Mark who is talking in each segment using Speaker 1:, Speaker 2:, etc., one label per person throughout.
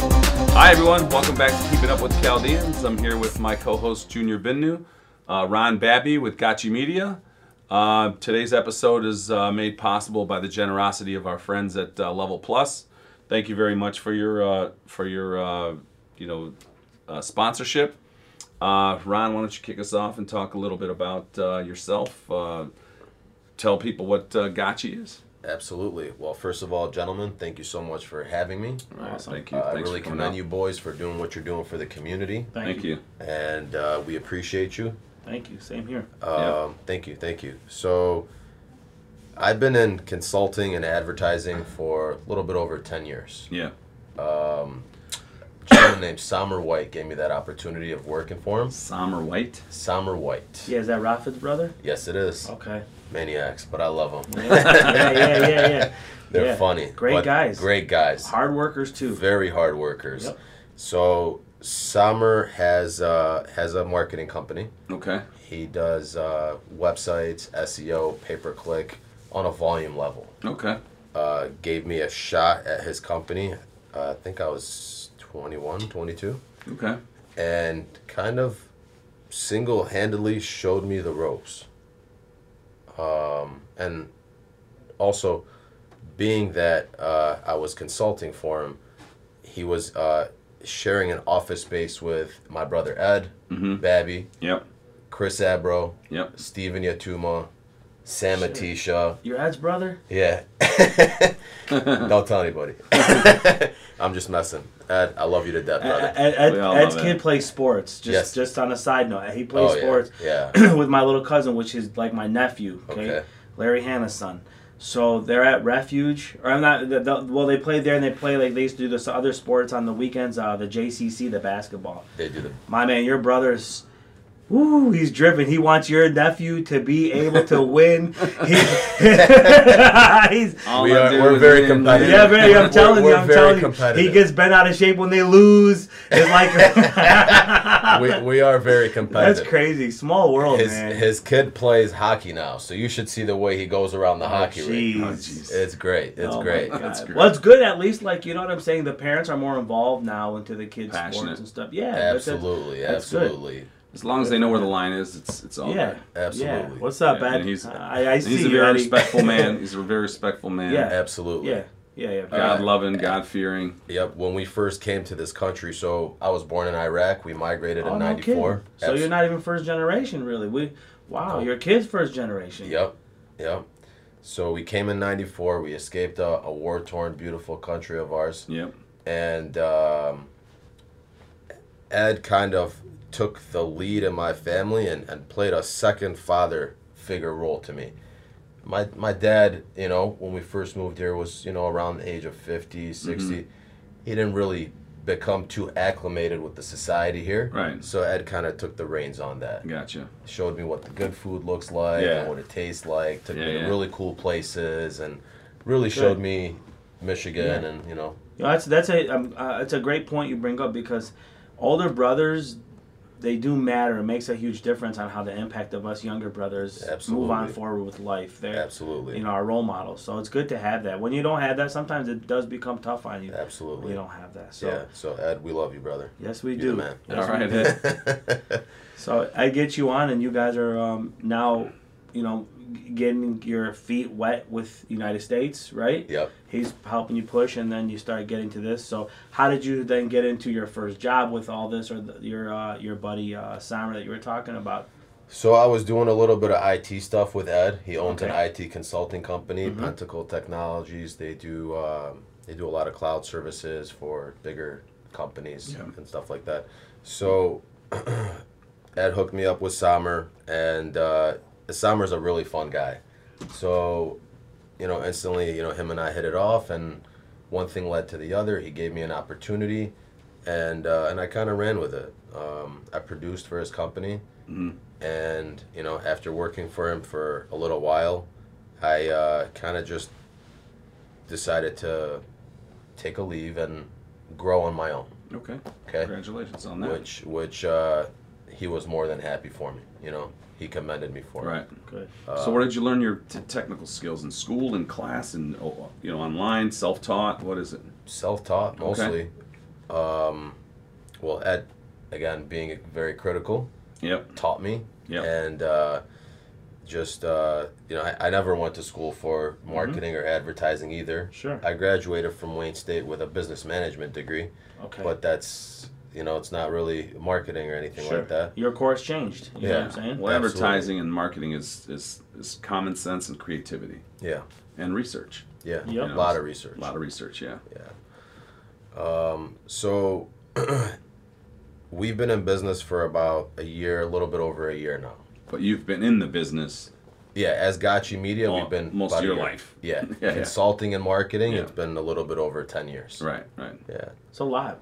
Speaker 1: Hi, everyone. Welcome back to Keeping Up with Chaldeans. I'm here with my co host, Junior Binnu, uh, Ron Babby with Gotchi Media. Uh, today's episode is uh, made possible by the generosity of our friends at uh, Level Plus. Thank you very much for your uh, for your uh, you know uh, sponsorship. Uh, Ron, why don't you kick us off and talk a little bit about uh, yourself? Uh, tell people what uh, Gotchi is.
Speaker 2: Absolutely. Well, first of all, gentlemen, thank you so much for having me.
Speaker 1: Thank you.
Speaker 2: Uh, I
Speaker 1: Thanks
Speaker 2: really
Speaker 1: for coming
Speaker 2: commend
Speaker 1: out.
Speaker 2: you boys for doing what you're doing for the community,
Speaker 3: Thank,
Speaker 1: Thank
Speaker 3: you.
Speaker 1: you.
Speaker 2: and uh, we appreciate you.
Speaker 3: Thank you. Same here.
Speaker 2: Um, Thank you, thank you. So, I've been in consulting and advertising for a little bit over ten years.
Speaker 1: Yeah.
Speaker 2: A gentleman named Sommer White gave me that opportunity of working for him.
Speaker 1: Sommer White.
Speaker 2: Sommer White.
Speaker 3: Yeah, is that Rafa's brother?
Speaker 2: Yes, it is.
Speaker 3: Okay.
Speaker 2: Maniacs, but I love them.
Speaker 3: Oh. Yeah, yeah, yeah, yeah. yeah.
Speaker 2: They're
Speaker 3: Yeah.
Speaker 2: funny.
Speaker 3: Great
Speaker 2: but
Speaker 3: guys.
Speaker 2: Great guys.
Speaker 3: Hard workers too.
Speaker 2: very hard workers.
Speaker 3: Yep.
Speaker 2: So Summer has uh, has a marketing company.
Speaker 1: Okay.
Speaker 2: He does uh, websites, SEO, pay per click on a volume level.
Speaker 1: Okay.
Speaker 2: Uh, gave me a shot at his company. Uh, I think I was 21, 22,
Speaker 1: Okay.
Speaker 2: and kind of single handedly showed me the ropes. Um, and also, being that uh, I was consulting for him, he was uh, sharing an office space with my brother Ed,
Speaker 3: Mm-hmm.
Speaker 1: Mm-hmm.
Speaker 2: Babby,
Speaker 1: Yep.
Speaker 2: Chris Abro,
Speaker 1: Yep.
Speaker 2: Steven Yatuma, Sam Atisha.
Speaker 3: Your Ed's brother?
Speaker 2: Yeah. Don't tell anybody. I'm just messing. Ed, I love you to death, brother.
Speaker 3: Uh, Ed, Ed,
Speaker 1: We all
Speaker 3: Ed's
Speaker 1: love
Speaker 3: kid
Speaker 1: Ed.
Speaker 3: plays sports. Just
Speaker 2: Yes.
Speaker 3: just on a side note, he plays
Speaker 2: Oh, yeah.
Speaker 3: sports
Speaker 2: Yeah.
Speaker 3: with my little cousin, which is like my nephew. Okay.
Speaker 2: Okay.
Speaker 3: Larry Hanna's son. So they're at Refuge, or I'm not. The, the, well, they play there, and they play like they used to do this other sports on the weekends. Uh, the JCC, the basketball.
Speaker 2: They do the
Speaker 3: my man, your brother's. Woo, he's driven. He wants your nephew to be able to win. He, he's,
Speaker 1: All
Speaker 2: We
Speaker 1: I
Speaker 2: are-
Speaker 1: do
Speaker 2: we're
Speaker 1: is
Speaker 2: very
Speaker 1: win, man.
Speaker 2: competitive.
Speaker 3: yeah, man, I'm telling
Speaker 2: Oh, We're-
Speaker 3: you,
Speaker 2: we're
Speaker 3: I'm
Speaker 2: very
Speaker 3: telling you.
Speaker 2: competitive.
Speaker 3: He gets bent out of shape when they lose. It's like
Speaker 2: we, we are very competitive.
Speaker 3: that's crazy. Small world,
Speaker 2: His
Speaker 3: man.
Speaker 2: his kid plays hockey now, so you should see the way he goes around the hockey
Speaker 3: jeez.
Speaker 2: rink.
Speaker 1: Oh, jeez.
Speaker 2: It's great. It's
Speaker 3: Oh my
Speaker 2: great.
Speaker 3: God.
Speaker 1: That's great.
Speaker 3: Well, it's good at least, like you know what I'm saying. The parents are more involved now into the kids'
Speaker 1: Passionate.
Speaker 3: sports and stuff. Yeah, that's- that's-
Speaker 2: Absolutely,
Speaker 3: that's good.
Speaker 2: absolutely.
Speaker 1: As long as they know where the line is, it's it's all
Speaker 3: Yeah,
Speaker 1: right.
Speaker 3: yeah.
Speaker 2: Absolutely.
Speaker 3: What's up,
Speaker 1: Yeah,
Speaker 3: Ed?
Speaker 1: and he's-
Speaker 3: I, I
Speaker 1: And
Speaker 3: see
Speaker 1: He's a
Speaker 3: you,
Speaker 1: very
Speaker 3: Eddie.
Speaker 1: respectful man. He's a very respectful man.
Speaker 3: Yeah.
Speaker 2: Absolutely.
Speaker 3: yeah, yeah, yeah.
Speaker 1: God loving,
Speaker 2: Uh,
Speaker 1: God fearing.
Speaker 2: Yep. When we first came to this country, so I was born in Iraq. We migrated
Speaker 3: Oh,
Speaker 2: in
Speaker 3: no
Speaker 2: '94.
Speaker 3: kidding. so you're not even first generation, really. We wow,
Speaker 2: No.
Speaker 3: your kid's first generation.
Speaker 2: Yep. Yep. So we came in '94. We escaped a, a war-torn, beautiful country of ours,
Speaker 1: Yep.
Speaker 2: and um, Ed kind of took the lead in my family and, and played a second father figure role to me. My my dad, you know, when we first moved here was, you know, around the age of
Speaker 1: Mm-hmm.
Speaker 2: 50, 60. He didn't really become too acclimated with the society here.
Speaker 1: Right.
Speaker 2: So Ed kind of took the reins on that.
Speaker 1: Gotcha.
Speaker 2: Showed me what the good food looks like
Speaker 1: Yeah.
Speaker 2: and what it tastes like. Took
Speaker 1: Yeah,
Speaker 2: me to
Speaker 1: yeah.
Speaker 2: really cool places and really showed me Michigan and, you know,
Speaker 3: You know, that's that's a um, uh, it's a great point you bring up because older brothers they do matter. It makes a huge difference on how the impact of us younger brothers move on
Speaker 2: Absolutely.
Speaker 3: forward with life. They're
Speaker 2: absolutely.
Speaker 3: you know our role models. So it's good to have that. When you don't have that, sometimes it does become tough on you.
Speaker 2: absolutely.
Speaker 3: We don't have that. So
Speaker 2: Yeah. So Ed, we love you, brother.
Speaker 3: yes, we
Speaker 2: You're
Speaker 3: do.
Speaker 2: the man.
Speaker 3: Yes,
Speaker 1: all
Speaker 3: we
Speaker 1: right.
Speaker 3: do. So I get you on, and you guys are um, now, you know, g- getting your feet wet with United States, right?
Speaker 2: Yep.
Speaker 3: He's helping you push, and then you start getting to this. So how did you then get into your first job with all this, or the, your uh, your buddy uh, Samer that you were talking about?
Speaker 2: So I was doing a little bit of IT stuff with Ed. He owns
Speaker 3: Okay.
Speaker 2: an IT consulting company, Pentacle Technologies. They do um, they do a lot of cloud services for bigger companies
Speaker 1: Yeah.
Speaker 2: and stuff like that. So Ed hooked me up with Samer, and uh, Samer's a really fun guy. So you know, instantly, you know, him and I hit it off, and one thing led to the other. He gave me an opportunity, and uh, and I kind of ran with it. Um, I produced for his company,
Speaker 1: Mm-hmm.
Speaker 2: and you know, after working for him for a little while, I uh, kind of just decided to take a leave and grow on my own.
Speaker 1: Okay.
Speaker 2: Okay,
Speaker 1: Congratulations on that.
Speaker 2: which which uh, he was more than happy for me. You know, he commended me for it. Uh,
Speaker 1: right.
Speaker 3: Good.
Speaker 1: so where did you learn your t- technical skills in school, in class, and you know, online, self-taught? What is it?
Speaker 2: self-taught mostly. um, well, Ed, again, being very critical,
Speaker 1: Yep.
Speaker 2: taught me.
Speaker 1: Yep.
Speaker 2: And uh, just, uh, you know, I, I never went to school for
Speaker 1: Mm-hmm.
Speaker 2: marketing or advertising either.
Speaker 3: Sure.
Speaker 2: I graduated from Wayne State with a business management degree,
Speaker 3: Okay.
Speaker 2: but that's, you know, it's not really marketing or anything
Speaker 3: sure.
Speaker 2: like that.
Speaker 3: Your course changed. You know
Speaker 2: Yeah.
Speaker 3: what I'm saying?
Speaker 1: Well,
Speaker 2: Absolutely.
Speaker 1: advertising and marketing is, is is common sense and creativity
Speaker 2: Yeah.
Speaker 1: and research.
Speaker 2: Yeah.
Speaker 3: Yep.
Speaker 2: A lot of research. Um,
Speaker 1: A lot of research, yeah.
Speaker 2: So we've been in business for about a year, a little bit over a year now.
Speaker 1: But you've been in the business.
Speaker 2: Yeah, as Gotchi Media,
Speaker 1: All-
Speaker 2: we've been
Speaker 1: most of
Speaker 2: about a
Speaker 1: your
Speaker 2: year.
Speaker 1: life.
Speaker 2: Yeah,
Speaker 1: Yeah, yeah.
Speaker 2: consulting and marketing.
Speaker 1: Yeah.
Speaker 2: It's been a little bit over ten years.
Speaker 1: Right, right.
Speaker 2: Yeah,
Speaker 3: It's a lot.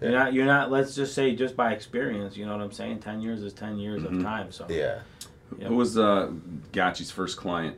Speaker 3: You're
Speaker 2: Yeah.
Speaker 3: not. You're not. Let's just say, just by experience, you know what I'm saying. Ten years is ten years of time. So
Speaker 2: Mm-hmm. yeah.
Speaker 3: Yeah.
Speaker 1: Who was uh, Gotchi's first client?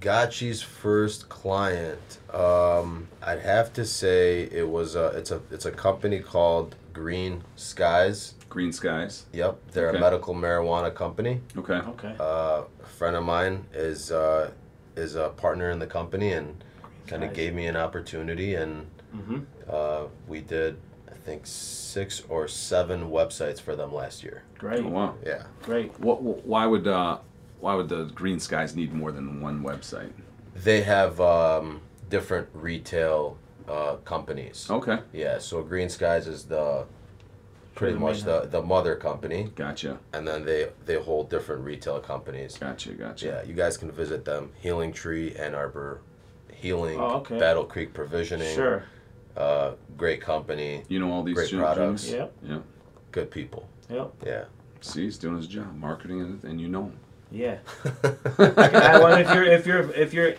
Speaker 2: Gotchi's first client. Um, I'd have to say it was a. It's a. It's a company called Green Skies.
Speaker 1: Green Skies.
Speaker 2: Yep, they're
Speaker 1: Okay.
Speaker 2: a medical marijuana company.
Speaker 1: Okay.
Speaker 3: Okay.
Speaker 2: Uh, a friend of mine is uh, is a partner in the company and kind of
Speaker 3: Skies.
Speaker 2: gave me an opportunity and
Speaker 3: Mm-hmm.
Speaker 2: uh, we did I think six or seven websites for them last year.
Speaker 3: Great.
Speaker 1: Oh, wow.
Speaker 2: Yeah.
Speaker 3: Great.
Speaker 1: What, why would uh, why would the Green Skies need more than one website?
Speaker 2: They have um, different retail uh, companies.
Speaker 1: Okay.
Speaker 2: Yeah, so Green Skies is the pretty
Speaker 3: the
Speaker 2: much
Speaker 3: main
Speaker 2: the, the mother company,
Speaker 1: Gotcha.
Speaker 2: and then they they hold different retail companies.
Speaker 1: Gotcha. Gotcha.
Speaker 2: Yeah, you guys can visit them: Healing Tree, Ann Arbor Healing,
Speaker 3: Oh, okay.
Speaker 2: Battle Creek Provisioning.
Speaker 3: Sure.
Speaker 2: Uh, great company,
Speaker 1: You know all these
Speaker 2: Great
Speaker 1: gen-
Speaker 2: products.
Speaker 1: genres?
Speaker 3: Yep.
Speaker 1: Yeah.
Speaker 2: good people.
Speaker 3: Yep.
Speaker 2: Yeah.
Speaker 1: See, he's doing his job, marketing, and, and you know.
Speaker 3: Yeah.
Speaker 1: him.
Speaker 3: I, well, if you're if you're if you're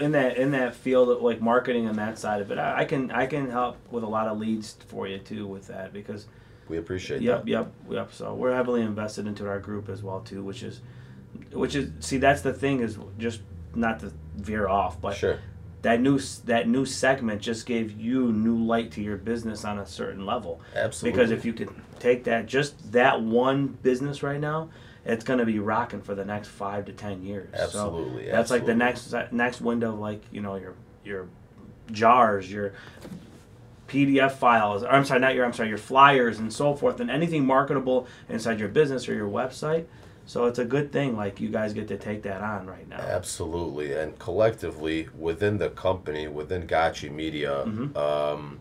Speaker 3: in that in that field of like marketing and that side of it, I, I can I can help with a lot of leads for you too with that because
Speaker 2: we appreciate
Speaker 3: yep
Speaker 2: that.
Speaker 3: yep yep. So we're heavily invested into our group as well too, which is which is see that's the thing is just not to veer off, but
Speaker 2: Sure.
Speaker 3: that new s- that new segment just gave you new light to your business on a certain level.
Speaker 2: Absolutely.
Speaker 3: Because if you could take that just that one business right now, it's going to be rocking for the next five to ten years. So
Speaker 2: Absolutely,
Speaker 3: that's like the
Speaker 2: absolutely.
Speaker 3: next that next window, of like you know your your jars, your PDF files. Or I'm sorry, not your. I'm sorry, your flyers and so forth, and anything marketable inside your business or your website. So it's a good thing like you guys get to take that on right now.
Speaker 2: Absolutely, and collectively within the company, within Gotchi Media,
Speaker 3: Mm-hmm.
Speaker 2: um,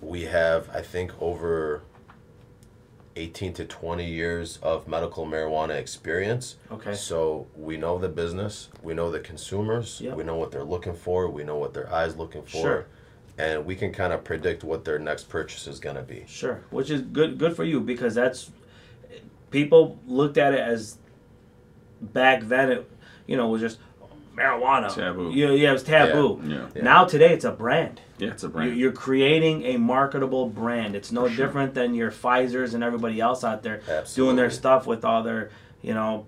Speaker 2: we have I think over eighteen to twenty years of medical marijuana experience.
Speaker 3: Okay.
Speaker 2: So we know the business, we know the consumers,
Speaker 3: Yep.
Speaker 2: we know what they're looking for, we know what their eyes looking for,
Speaker 3: Sure.
Speaker 2: and we can kind of predict what their next purchase is going to be.
Speaker 3: Sure, which is good good for you because that's people looked at it as back then it you know was just marijuana
Speaker 1: Taboo.
Speaker 3: Yeah, yeah, it was taboo.
Speaker 1: Yeah.
Speaker 2: Yeah.
Speaker 3: Now today it's a brand.
Speaker 1: Yeah. It's a
Speaker 3: You-
Speaker 1: brand.
Speaker 3: You're creating a marketable brand. It's no
Speaker 1: For sure.
Speaker 3: different than your Pfizer's and everybody else out there doing
Speaker 2: Absolutely.
Speaker 3: their stuff with all their, you know,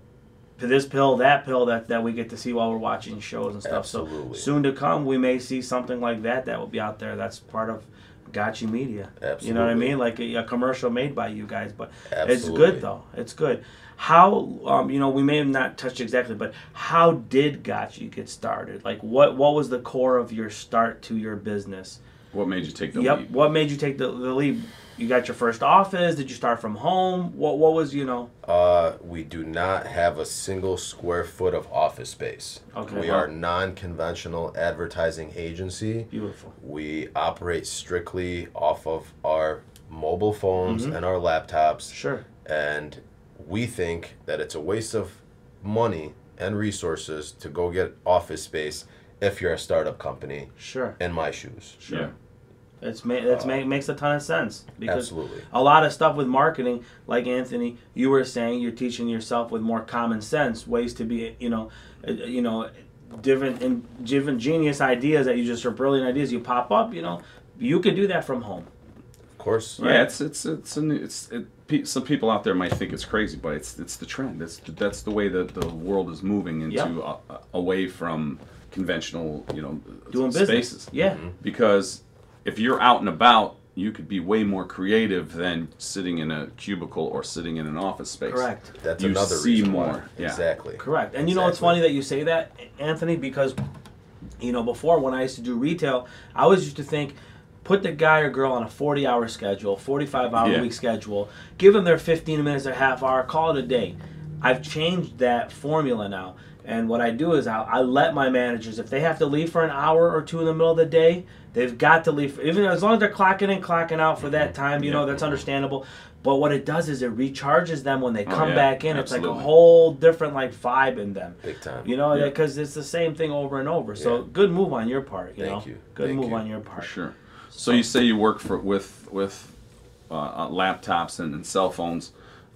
Speaker 3: this pill, that pill that, that we get to see while we're watching shows and stuff.
Speaker 2: Absolutely.
Speaker 3: So soon to come, we may see something like that that will be out there. That's part of Gotcha Media. You know what I
Speaker 2: Absolutely.
Speaker 3: mean? Like a, a commercial made by you guys, but it's
Speaker 2: Absolutely.
Speaker 3: good though. It's good. How um, you know we may have not touched exactly, but how did Gotcha get started? Like what what was the core of your start to your business?
Speaker 1: what made you take the
Speaker 3: yep.
Speaker 1: leap?
Speaker 3: What made you take the, the leap? You got your first office. Did you start from home? What what was you know?
Speaker 2: Uh, we do not have a single square foot of office space.
Speaker 3: Okay.
Speaker 2: We
Speaker 1: Wow.
Speaker 2: are non-conventional advertising agency.
Speaker 3: Beautiful.
Speaker 2: We operate strictly off of our mobile phones
Speaker 1: Mm-hmm.
Speaker 2: and our laptops,
Speaker 3: Sure.
Speaker 2: and we think that it's a waste of money and resources to go get office space if you're a startup company.
Speaker 3: Sure.
Speaker 2: In my shoes,
Speaker 3: Sure.
Speaker 1: Yeah.
Speaker 3: It's ma- that's ma- makes a ton of sense because
Speaker 2: absolutely.
Speaker 3: a lot of stuff with marketing, like Anthony, you were saying, you're teaching yourself with more common sense ways to be, you know, uh, you know, different and different genius ideas that you just are brilliant ideas. You pop up, you know, you could do that from home.
Speaker 2: Of course,
Speaker 1: Yeah, it's it's it's a new, it's it, pe- some people out there might think it's crazy, but it's it's the trend. That's that's the way that the world is moving into
Speaker 3: Yeah.
Speaker 1: uh, away from conventional, you know,
Speaker 3: Doing business.
Speaker 1: spaces.
Speaker 3: Yeah.
Speaker 1: because if you're out and about, you could be way more creative than sitting in a cubicle or sitting in an office space.
Speaker 3: Correct.
Speaker 2: that's
Speaker 1: You
Speaker 2: another
Speaker 1: see
Speaker 2: reason
Speaker 1: more,
Speaker 2: why.
Speaker 1: yeah.
Speaker 2: Exactly.
Speaker 3: Correct. And you know, it's
Speaker 2: Exactly.
Speaker 3: funny that you say that, Anthony, because, you know, before when I used to do retail, I always used to think Put the guy or girl on a 40 hour schedule, 45 hour
Speaker 1: Yeah.
Speaker 3: week schedule. Give them their 15 minutes, their half hour, call it a day. I've changed that formula now. And what I do is I, I let my managers, if they have to leave for an hour or two in the middle of the day, they've got to leave. Even as long as they're clocking in, clocking out for
Speaker 1: Mm-hmm.
Speaker 3: that time, you know, that's understandable. But what it does is it recharges them when they come
Speaker 1: Oh, yeah.
Speaker 3: back in. It's like
Speaker 1: Absolutely.
Speaker 3: a whole different like vibe in them.
Speaker 2: Big time.
Speaker 3: You know,
Speaker 1: Yeah.
Speaker 3: because it's the same thing over and over. So
Speaker 2: Yeah.
Speaker 3: good move on your part. You
Speaker 2: Thank
Speaker 3: know,
Speaker 2: you.
Speaker 3: good
Speaker 2: Thank
Speaker 3: move
Speaker 2: you.
Speaker 3: on your part.
Speaker 1: Sure. So you say you work for with with uh, uh, laptops and, and cell phones.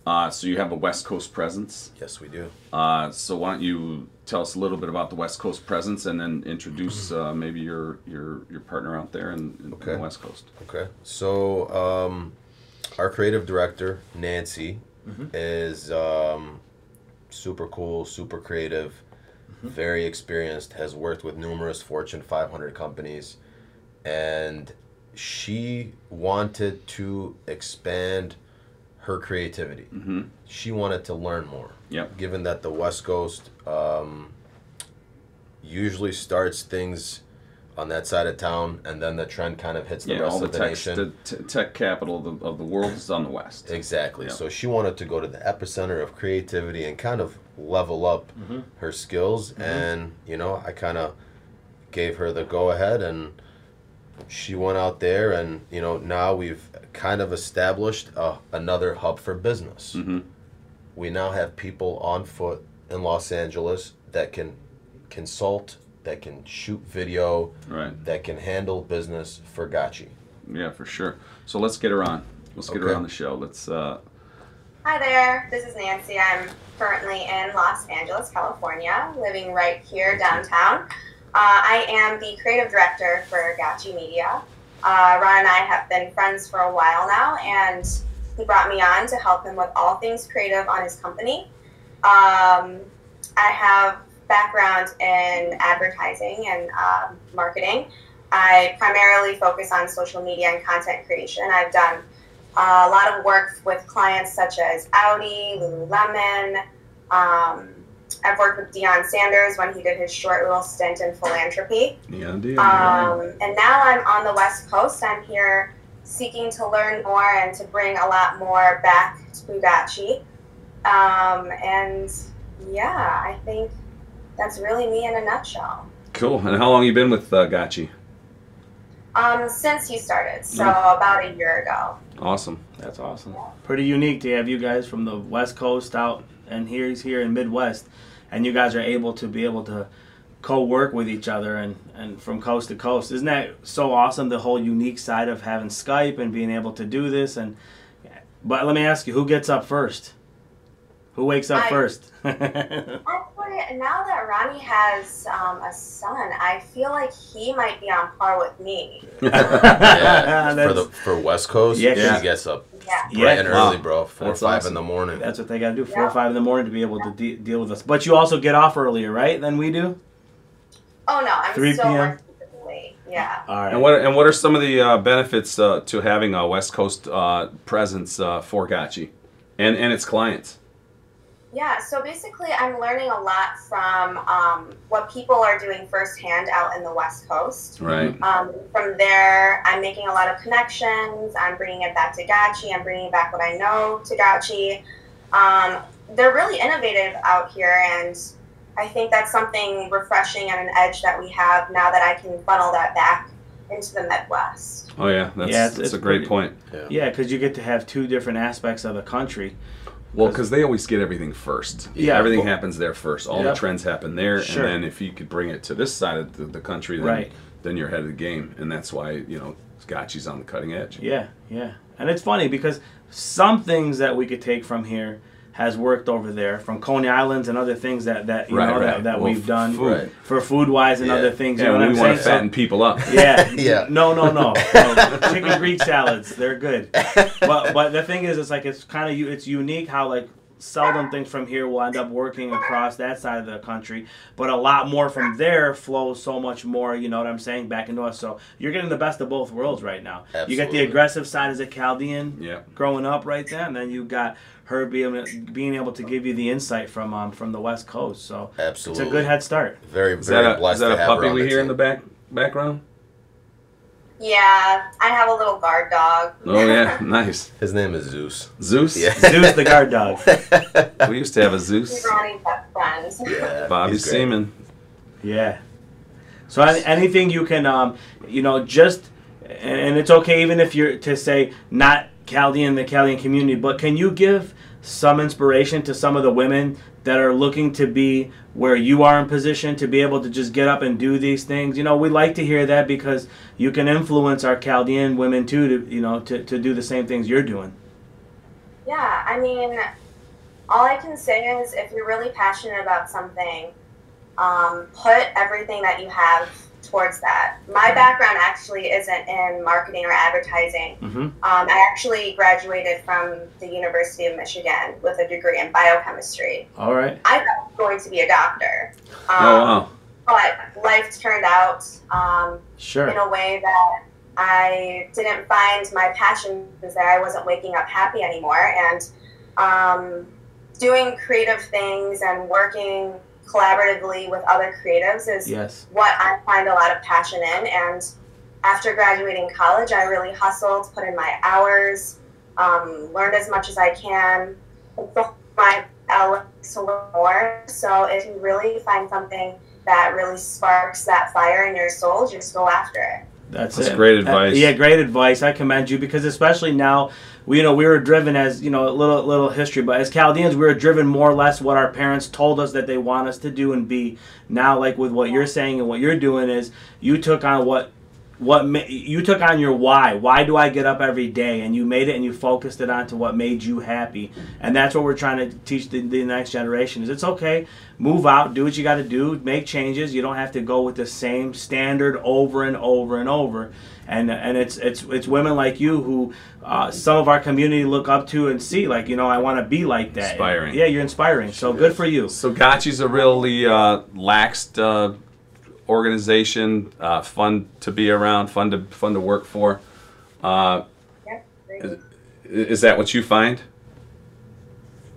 Speaker 1: Uh, so you have a West Coast presence.
Speaker 2: Yes, we do.
Speaker 1: Uh, so why don't you tell us a little bit about the West Coast presence, and then introduce uh, maybe your your your partner out there in, in
Speaker 2: Okay.
Speaker 1: the West Coast.
Speaker 2: Okay. So, um, our creative director, Nancy,
Speaker 1: Mm-hmm.
Speaker 2: is um, super cool, super creative,
Speaker 1: Mm-hmm.
Speaker 2: very experienced, has worked with numerous Fortune 500 companies, and she wanted to expand her creativity. She wanted to learn more.
Speaker 1: Mm-hmm. Yep.
Speaker 2: Given that the West Coast um, usually starts things on that side of town, and then the trend kind of hits the
Speaker 1: yeah,
Speaker 2: rest
Speaker 1: all the
Speaker 2: of the
Speaker 1: tech
Speaker 2: nation.
Speaker 1: the t- tech capital of the, of the world is on the West.
Speaker 2: Exactly.
Speaker 1: Yeah.
Speaker 2: So she wanted to go to the epicenter of creativity and kind of level up her skills. And, you know, I kind of gave her the go ahead and she went out there. And, you know, now we've kind of established a, another hub for business.
Speaker 1: Mhm.
Speaker 2: We now have people on foot in Los Angeles that can consult, that can shoot video,
Speaker 1: Right.
Speaker 2: that can handle business for Gotchi.
Speaker 1: Yeah, for sure. So let's get her on. Let's get her
Speaker 2: Okay.
Speaker 1: on the show. Let's. Uh,
Speaker 4: Hi there, this is Nancy. I'm currently in Los Angeles, California, living right here downtown. Uh, I am the creative director for Gotchi Media. Uh, Ron and I have been friends for a while now, and he brought me on to help him with all things creative on his company. Um, I have background in advertising and um marketing. I primarily focus on social media and content creation. I've done uh, a lot of work with clients such as Audi, Lululemon. Um, I've worked with Deion Sanders when he did his short little stint in philanthropy.
Speaker 1: yeah, deal.
Speaker 4: Um, and now I'm on the West Coast. I'm here seeking to learn more and to bring a lot more back to Bugachi. Um, and yeah, I think that's really me in a nutshell.
Speaker 1: cool. And how long you been with uh, Gotchi?
Speaker 4: Um, since he started, so about a year ago.
Speaker 1: Awesome.
Speaker 3: That's awesome. Pretty unique to have you guys from the West Coast out, and here he's here in Midwest, and you guys are able to be able to co-work with each other and, and from coast to coast. Isn't that so awesome? The whole unique side of having Skype and being able to do this. And but let me ask you, who gets up first? Who wakes up
Speaker 4: I-
Speaker 3: first?
Speaker 4: Actually, now that Ronnie has um, a son, I feel like he might be on par with me.
Speaker 2: Yeah, for
Speaker 3: That's-
Speaker 2: the for West Coast,
Speaker 3: Yeah,
Speaker 2: yeah.
Speaker 1: yeah.
Speaker 2: she gets up
Speaker 4: Yeah.
Speaker 3: Yeah.
Speaker 2: bright and
Speaker 1: Wow.
Speaker 2: early, bro. Four
Speaker 1: That's
Speaker 2: or five
Speaker 1: awesome.
Speaker 2: in the morning.
Speaker 3: That's what they got to do, four or
Speaker 4: Yeah.
Speaker 3: five in the morning, to be able to de- deal with us. But you also get off earlier, right? Than we do.
Speaker 4: Oh no, I'm
Speaker 3: 3
Speaker 4: still
Speaker 3: p.m.?
Speaker 4: working late. Yeah.
Speaker 3: All right.
Speaker 1: And what and what are some of the uh, benefits uh, to having a West Coast uh, presence uh, for Gotchi and and its clients?
Speaker 4: Yeah, so basically, I'm learning a lot from um, what people are doing firsthand out in the West Coast.
Speaker 1: Right.
Speaker 4: Um, from there, I'm making a lot of connections. I'm bringing it back to Gachi. I'm bringing back what I know to Gachi. Um, they're really innovative out here, and I think that's something refreshing and an edge that we have now that I can funnel that back into the Midwest.
Speaker 1: Oh yeah, that's
Speaker 3: Yeah, it's-
Speaker 1: that's
Speaker 3: it's
Speaker 1: a great
Speaker 3: pretty-
Speaker 1: point.
Speaker 3: Yeah, because you get to have two different aspects of the country.
Speaker 1: Well, because they always get everything first.
Speaker 3: Yeah.
Speaker 1: Everything
Speaker 3: Well-
Speaker 1: happens there first. All
Speaker 3: Yeah.
Speaker 1: the trends happen there,
Speaker 3: Sure.
Speaker 1: and then if you could bring it to this side of the, the country, then,
Speaker 3: Right.
Speaker 1: then you're ahead of the game, and that's why you know Gotchi's on the cutting edge.
Speaker 3: Yeah, yeah. And it's funny because some things that we could take from here has worked over there, from Coney Islands and other things that that you
Speaker 1: Right,
Speaker 3: know
Speaker 1: right.
Speaker 3: that, that
Speaker 1: Well,
Speaker 3: we've
Speaker 1: f-
Speaker 3: done
Speaker 1: food. Right.
Speaker 3: for food wise and
Speaker 2: Yeah.
Speaker 3: other things. You
Speaker 1: Yeah,
Speaker 3: know what
Speaker 1: we
Speaker 3: I'm
Speaker 1: want
Speaker 3: saying?
Speaker 1: to
Speaker 3: So-
Speaker 1: fatten people up.
Speaker 3: yeah.
Speaker 2: Yeah.
Speaker 3: No, no, no. no. Chicken Greek salads, they're good. But but the thing is, it's like it's kind of it's unique how like seldom things from here will end up working across that side of the country, but a lot more from there flows so much more. You know what I'm saying? Back into us. So you're getting the best of both worlds right now. You get the
Speaker 2: Absolutely.
Speaker 3: aggressive side as a Chaldean
Speaker 1: Yeah.
Speaker 3: growing up right there, and then you got her being being able to give you the insight from um from the West Coast. So it's
Speaker 2: Absolutely.
Speaker 3: a good head start.
Speaker 2: Very,
Speaker 1: Is
Speaker 2: very
Speaker 1: that a, is
Speaker 2: blessed
Speaker 1: that
Speaker 2: to
Speaker 1: a
Speaker 2: have her
Speaker 1: puppy
Speaker 2: on
Speaker 1: we
Speaker 2: the
Speaker 1: hear in
Speaker 2: team.
Speaker 1: the back background?
Speaker 4: Yeah, I have a little guard dog.
Speaker 1: Oh yeah, nice.
Speaker 2: His name is Zeus.
Speaker 1: Zeus.
Speaker 2: Yeah.
Speaker 3: Zeus the guard dog.
Speaker 1: We used to have a
Speaker 4: He's
Speaker 1: Zeus.
Speaker 4: Ronnie's best friend.
Speaker 2: yeah.
Speaker 1: Bobby
Speaker 2: he's great.
Speaker 1: Seaman.
Speaker 3: Yeah. So an- anything you can, um, you know, just and, and it's okay even if you're to say not Chaldean the Chaldean community, but can you give some inspiration to some of the women that are looking to be where you are in position to be able to just get up and do these things? You know, we like to hear that because you can influence our Chaldean women too to you know to, to do the same things you're doing.
Speaker 4: Yeah, I mean, all I can say is if you're really passionate about something, um, put everything that you have towards that. My background actually isn't in marketing or advertising.
Speaker 3: Mm-hmm.
Speaker 4: Um, I actually graduated from the University of Michigan with a degree in biochemistry.
Speaker 3: All right.
Speaker 4: I thought I was going to be a doctor.
Speaker 1: Oh wow.
Speaker 4: Um, But life turned out um,
Speaker 3: Sure.
Speaker 4: in a way that I didn't find my passion there. I wasn't waking up happy anymore. And um, doing creative things and working collaboratively with other creatives is
Speaker 3: yes.
Speaker 4: what I find a lot of passion in. And after graduating college, I really hustled, put in my hours, um, learned as much as I can, fulfilled my elements to learn more. So if you really find something that really sparks that fire in your soul, just go after it.
Speaker 3: That's,
Speaker 1: That's
Speaker 3: it.
Speaker 1: great
Speaker 3: Uh,
Speaker 1: advice.
Speaker 3: yeah, great advice. I commend you because especially now, we, you know, we were driven as you know, a little little history, but as Chaldeans, we were driven more or less what our parents told us that they want us to do and be. Now, like with what you're saying and what you're doing is, you took on what what ma- you took on your why why do i get up every day and you made it and you focused it on to what made you happy and that's what we're trying to teach the, the next generation is it's okay move out do what you got to do make changes you don't have to go with the same standard over and over and over and and it's it's it's women like you who uh, some of our community look up to and see like you know i want to be like that
Speaker 1: Inspiring.
Speaker 3: yeah you're inspiring so good for you
Speaker 1: So Gotchi's a really uh, laxed uh, organization, uh, fun to be around, fun to fun to work for. Uh,
Speaker 4: Yep.
Speaker 1: i- is that what you find?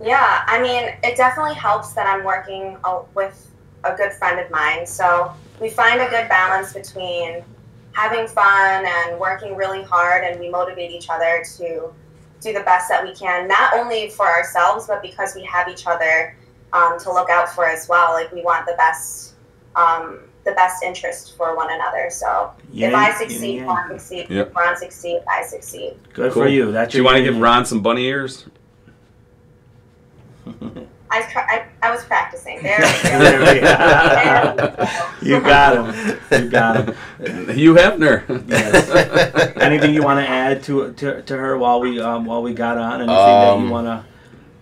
Speaker 4: Yeah, I mean, it definitely helps that I'm working uh, with a good friend of mine. So we find a good balance between having fun and working really hard, and we motivate each other to do the best that we can, not only for ourselves, but because we have each other um, to look out for as well. Like we want the best, um, the best interest for one another. So if
Speaker 3: Yang-
Speaker 4: I succeed,
Speaker 3: yin and yang.
Speaker 4: Ron succeeds.
Speaker 1: Yep.
Speaker 4: Ron succeeds, I succeed.
Speaker 3: good
Speaker 1: Cool.
Speaker 3: for you that's
Speaker 1: Do you
Speaker 3: your
Speaker 1: want to
Speaker 3: yin
Speaker 1: give
Speaker 3: and
Speaker 1: Ron some bunny ears?
Speaker 4: I, tr- I, I was practicing. There
Speaker 3: There
Speaker 4: we go.
Speaker 3: we go. you got him you got him
Speaker 1: Hugh Hefner.
Speaker 3: Yes. anything you want to add to to, to her while we um, while we got on? Anything that
Speaker 2: Um,
Speaker 3: you want to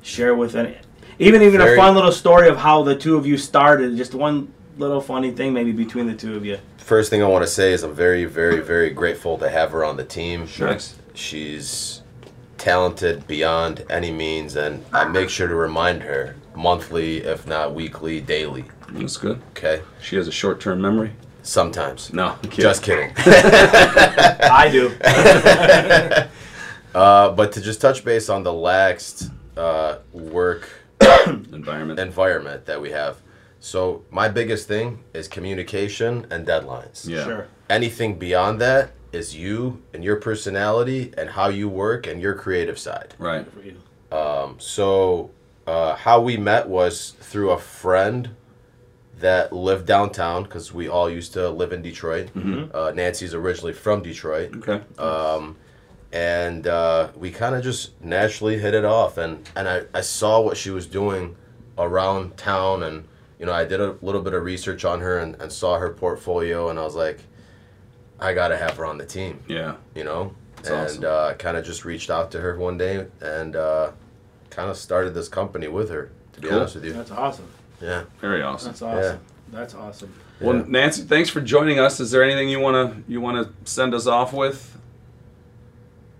Speaker 3: share with any, even even a
Speaker 2: Very-
Speaker 3: fun little story of how the two of you started? Just one little funny thing maybe between the two of you.
Speaker 2: First thing I want to say is I'm very, very, very grateful to have her on the team.
Speaker 1: Nice.
Speaker 2: She's talented beyond any means, and I make sure to remind her monthly, if not weekly, daily.
Speaker 1: That's good.
Speaker 2: Okay?
Speaker 1: She has a short-term memory.
Speaker 2: Sometimes.
Speaker 1: No, I'm kidding.
Speaker 2: Just kidding.
Speaker 3: I do.
Speaker 2: uh, but to just touch base on the laxed uh, work
Speaker 1: environment.
Speaker 2: environment that we have. So, my biggest thing is communication and deadlines.
Speaker 1: yeah.
Speaker 3: Sure.
Speaker 2: anything beyond that is you and your personality and how you work and your creative side.
Speaker 1: Right.
Speaker 3: For you.
Speaker 2: Um, so, uh, how we met was through a friend that lived downtown because we all used to live in Detroit. Uh, Nancy's originally from Detroit.
Speaker 1: Okay.
Speaker 2: Um, and uh, we kind of just naturally hit it off. And, and I, I saw what she was doing around town. And, you know, I did a little bit of research on her and, and saw her portfolio. And I was like, I got to have her on the team,
Speaker 1: Yeah.
Speaker 2: you know?
Speaker 1: That's awesome.
Speaker 2: and uh, kind of just reached out to her one day and uh, kind of started this company with her, to be
Speaker 1: Cool.
Speaker 2: honest with you.
Speaker 3: That's awesome.
Speaker 2: Yeah.
Speaker 1: Very awesome.
Speaker 3: That's awesome. That's awesome.
Speaker 1: Well,
Speaker 2: Yeah.
Speaker 1: Nancy, thanks for joining us. Is there anything you wanna you wanna send us off with?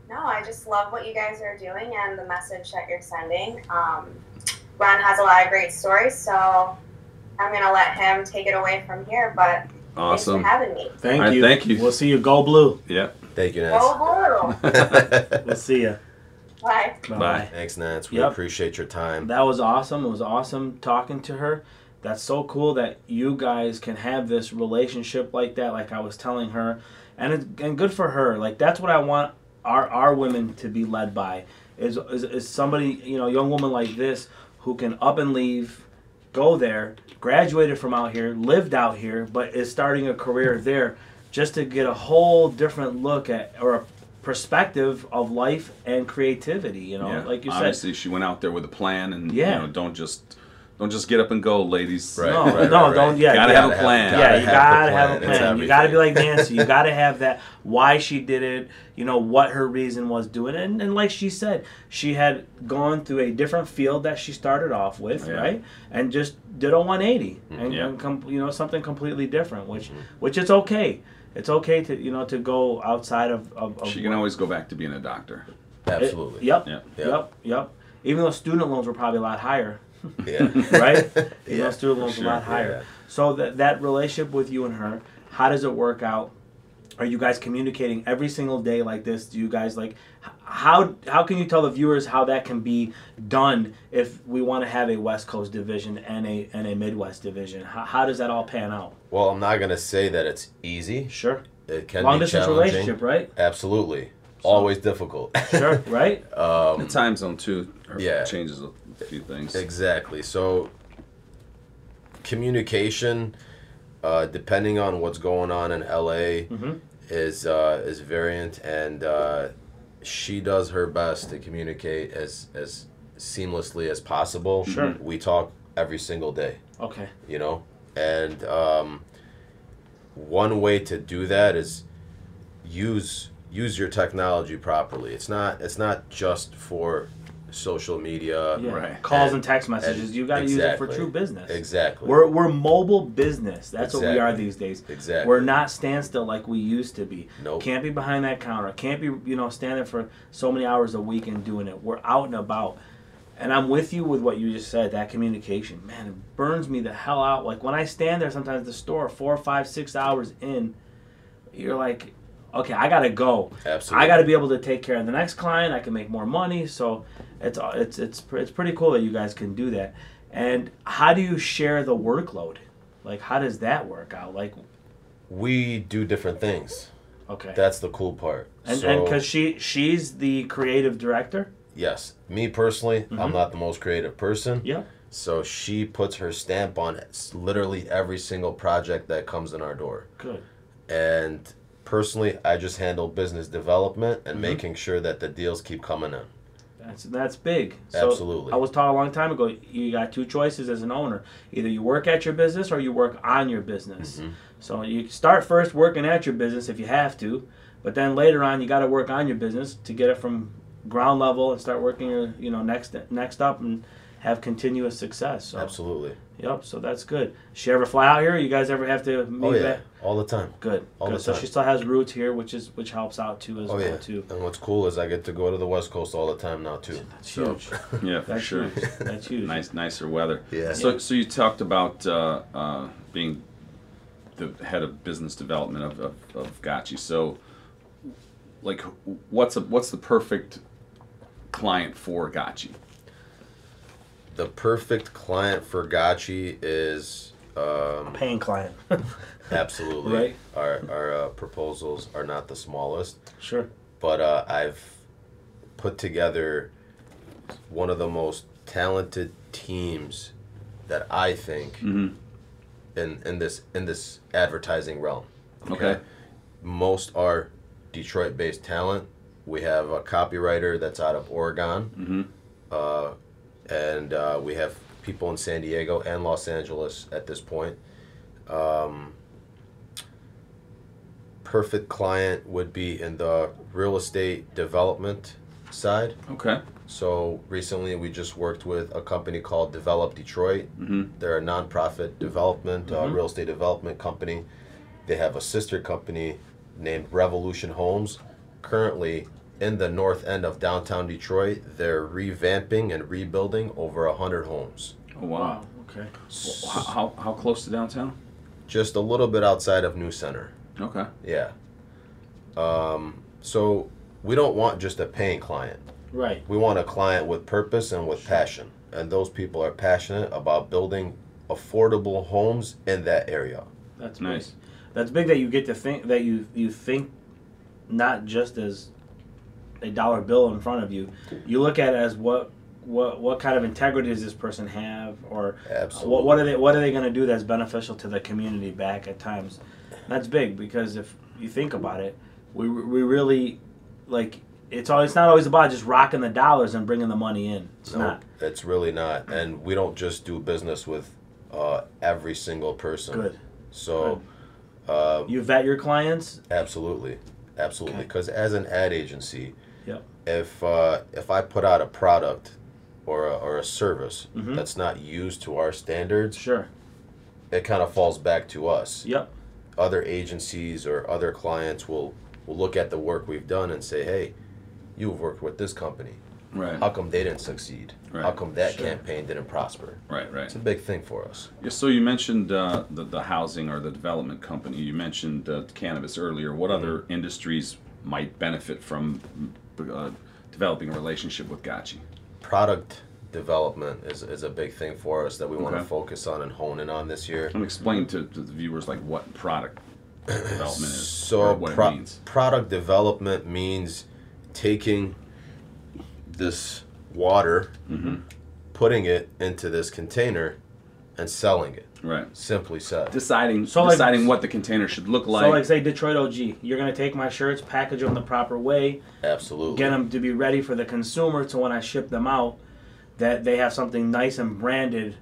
Speaker 4: No, I just love what you guys are doing and the message that you're sending. Um, Ron has a lot of great stories, so I'm going to let him take it away from here. But
Speaker 1: Awesome.
Speaker 4: thanks for having me.
Speaker 3: Thank
Speaker 1: All right,
Speaker 3: you.
Speaker 1: thank you.
Speaker 3: We'll see you. Go blue.
Speaker 1: Yeah.
Speaker 2: Thank you,
Speaker 4: Oh.
Speaker 2: Nance.
Speaker 4: Go blue.
Speaker 3: We'll see you.
Speaker 4: Bye.
Speaker 1: Bye.
Speaker 2: Thanks, Nance. We
Speaker 3: Yep.
Speaker 2: appreciate your time.
Speaker 3: That was awesome. It was awesome talking to her. That's so cool that you guys can have this relationship like that. Like I was telling her, and it's and good for her. Like that's what I want our our women to be led by is is, is somebody you know a young woman like this who can up and leave, go there, graduated from out here, lived out here, but is starting a career there, just to get a whole different look at or a perspective of life and creativity. You know,
Speaker 1: Yeah.
Speaker 3: like you said,
Speaker 1: Obviously, she went out there with a plan, and
Speaker 3: Yeah.
Speaker 1: you know, don't just don't just get up and go, ladies.
Speaker 2: Right.
Speaker 3: no, no, don't. Yeah,
Speaker 1: Gotta
Speaker 3: yeah.
Speaker 1: have a plan.
Speaker 3: yeah, you gotta have a
Speaker 2: It's
Speaker 3: plan. You gotta be
Speaker 2: everything.
Speaker 3: like Nancy. You gotta have that why she did it. You know what her reason was doing it. And, and like she said, she had gone through a different field that she started off with,
Speaker 1: Yeah.
Speaker 3: right? And just did a one eighty and,
Speaker 1: Yeah.
Speaker 3: and com- you know something completely different, which which it's okay. It's okay to you know to go outside of of. of
Speaker 1: She can always go back to being a doctor.
Speaker 3: it-
Speaker 2: Absolutely.
Speaker 3: Yep,
Speaker 1: Yeah.
Speaker 3: yep.
Speaker 2: Yeah.
Speaker 3: Yep. Yep. Even though student loans were probably a lot higher
Speaker 2: Yeah.
Speaker 3: right? You know,
Speaker 2: Yeah,
Speaker 3: student
Speaker 1: for
Speaker 3: loans
Speaker 1: sure,
Speaker 3: a lot higher.
Speaker 2: yeah.
Speaker 3: So that that relationship with you and her, how does it work out? Are you guys communicating every single day like this? Do you guys like h- how how can you tell the viewers how that can be done if we want to have a West Coast division and a and a Midwest division? How, how does that all pan out?
Speaker 2: Well, I'm not gonna say that it's easy.
Speaker 3: Sure.
Speaker 2: It can be
Speaker 3: Long distance
Speaker 2: challenging.
Speaker 3: relationship, right?
Speaker 2: Absolutely. Always difficult. Um,
Speaker 3: Sure, right?
Speaker 1: The time zone too her-
Speaker 2: Oh. Yeah.
Speaker 1: changes a few things.
Speaker 2: Exactly. So communication, uh, depending on what's going on in LA,
Speaker 3: Mhm.
Speaker 2: is uh, is variant, and uh, she does her best to communicate as as seamlessly as possible.
Speaker 3: Sure.
Speaker 2: We talk every single day
Speaker 3: Okay.
Speaker 2: you know and um, one way to do that is use use your technology properly it's not it's not just for social media
Speaker 3: Yeah.
Speaker 1: Right.
Speaker 3: Calls and,
Speaker 2: And-
Speaker 3: text messages.
Speaker 2: and-
Speaker 3: you got to use it for
Speaker 2: exactly.
Speaker 3: true business.
Speaker 2: exactly
Speaker 3: We're, we're mobile business. That's what we are
Speaker 2: Exactly.
Speaker 3: these days.
Speaker 2: exactly
Speaker 3: We're not standstill like we used to be.
Speaker 2: Nope.
Speaker 3: Can't be behind that counter. Can't be, you know, standing for so many hours a week and doing it. We're out and about. And I'm with you with what you just said, that communication. Man, it burns me the hell out. Like when I stand there sometimes at the store, four, five, six hours in, you're like, okay, I gotta go.
Speaker 2: absolutely
Speaker 3: I gotta be able to take care of the next client. I can make more money. So it's it's it's pre- it's pretty cool that you guys can do that. And how do you share the workload? Like how does that work out? Like
Speaker 2: we do different things
Speaker 3: okay.
Speaker 2: that's the cool part
Speaker 3: And
Speaker 2: so
Speaker 3: and because she she's the creative director.
Speaker 2: yes me personally i'm not the most creative person
Speaker 3: Mm-hmm. Yeah.
Speaker 2: so she puts her stamp on it, literally every single project that comes in our door
Speaker 3: Good.
Speaker 2: and personally i just handle business development
Speaker 3: Mm-hmm.
Speaker 2: and making sure that the deals keep coming in
Speaker 3: That's that's big.
Speaker 2: Absolutely.
Speaker 3: I was taught a long time ago. You got two choices as an owner. Either you work at your business or you work on your business.
Speaker 2: Mm-hmm.
Speaker 3: So you start first working at your business if you have to, but then later on you got to work on your business to get it from ground level and start working your you know next next up and have continuous success. So,
Speaker 2: absolutely
Speaker 3: Yep. So that's good. She ever fly out here? You guys ever have to? Meet
Speaker 2: oh yeah
Speaker 3: back?
Speaker 2: all the time
Speaker 3: Good.
Speaker 2: All
Speaker 3: good.
Speaker 2: the
Speaker 3: So
Speaker 2: time.
Speaker 3: she still has roots here, which is which helps out too as
Speaker 2: oh
Speaker 3: well
Speaker 2: yeah
Speaker 3: too.
Speaker 2: and what's cool is i get to go to the west coast all the time now too
Speaker 3: That's
Speaker 2: So-
Speaker 3: huge.
Speaker 1: Yeah, for
Speaker 3: That's
Speaker 1: sure.
Speaker 3: huge. That's huge.
Speaker 1: Nice, nicer weather.
Speaker 2: Yeah.
Speaker 1: So, so you talked about uh, uh, being the head of business development of, of, of Gotchi. So, like, what's a, what's the perfect client for Gotchi?
Speaker 2: the perfect client for gachi is um,
Speaker 3: Paying client.
Speaker 2: absolutely
Speaker 3: Right.
Speaker 2: our, our uh, proposals are not the smallest
Speaker 3: sure.
Speaker 2: but uh, I've put together one of the most talented teams that I think
Speaker 1: Mm-hmm.
Speaker 2: in in this in this advertising realm.
Speaker 1: Okay.
Speaker 2: most are Detroit-based talent. We have a copywriter that's out of Oregon,
Speaker 1: Mm-hmm.
Speaker 2: uh, and uh, we have people in San Diego and Los Angeles at this point. Um, perfect client would be in the real estate development side.
Speaker 1: Okay.
Speaker 2: So recently, we just worked with a company called Develop Detroit.
Speaker 1: Mhm.
Speaker 2: They're a nonprofit development,
Speaker 3: Mm-hmm.
Speaker 2: uh, real estate development company. They have a sister company named Revolution Homes. Currently, in the north end of downtown Detroit, they're revamping and rebuilding over a hundred homes.
Speaker 1: Oh, wow.
Speaker 3: Okay.
Speaker 1: Wh- How, how, how close to downtown?
Speaker 2: Just a little bit outside of New Center.
Speaker 1: Okay.
Speaker 2: Yeah. Um, so we don't want just a paying client.
Speaker 3: Right.
Speaker 2: We want a client with purpose and with passion. And those people are passionate about building affordable homes in that area.
Speaker 3: That's
Speaker 1: Nice.
Speaker 3: nice. that's big that you get to think that you you think not just as a dollar bill in front of you. You look at it as what what what kind of integrity does this person have, or
Speaker 2: Absolutely.
Speaker 3: what, what are they what are they going to do that's beneficial to the community back at times? And that's big because if you think about it, we we really like it's all it's not always about just rocking the dollars and bringing the money in. It's
Speaker 2: No,
Speaker 3: not
Speaker 2: it's really not. And we don't just do business with uh, every single person.
Speaker 3: good.
Speaker 2: So, uh,
Speaker 3: You vet your clients.
Speaker 2: absolutely, absolutely.
Speaker 3: Okay.
Speaker 2: Because as an ad agency,
Speaker 3: Yep.
Speaker 2: if uh, if I put out a product or a, or a service
Speaker 3: Mhm.
Speaker 2: that's not used to our standards,
Speaker 3: Sure.
Speaker 2: it kind of falls back to us.
Speaker 3: Yep.
Speaker 2: Other agencies or other clients will will look at the work we've done and say, "Hey, you've worked with this company.
Speaker 1: Right.
Speaker 2: How come they didn't succeed? How
Speaker 1: Right.
Speaker 2: come that
Speaker 3: Sure.
Speaker 2: campaign didn't prosper?"
Speaker 1: Right. Right.
Speaker 2: It's a big thing for us.
Speaker 1: Yeah, so you mentioned uh, the, the housing or the development company. You mentioned uh, cannabis earlier. What other industries might benefit from uh, developing a relationship with Gachi?
Speaker 2: product development is, is a big thing for us that we want to
Speaker 1: Okay.
Speaker 2: focus on and hone in on this year.
Speaker 1: And explain to, to the viewers like what product development is
Speaker 2: So
Speaker 1: or what
Speaker 2: pro-
Speaker 1: it means.
Speaker 2: product development means taking this water,
Speaker 1: Mm-hmm.
Speaker 2: putting it into this container, and selling it.
Speaker 1: Right.
Speaker 2: Simply said.
Speaker 1: Deciding
Speaker 3: So, like-
Speaker 1: deciding what the container should look like.
Speaker 3: so like say Detroit OG, you're gonna take my shirts, package them the proper way,
Speaker 2: Absolutely.
Speaker 3: get them to be ready for the consumer, so when I ship them out, that they have something nice and branded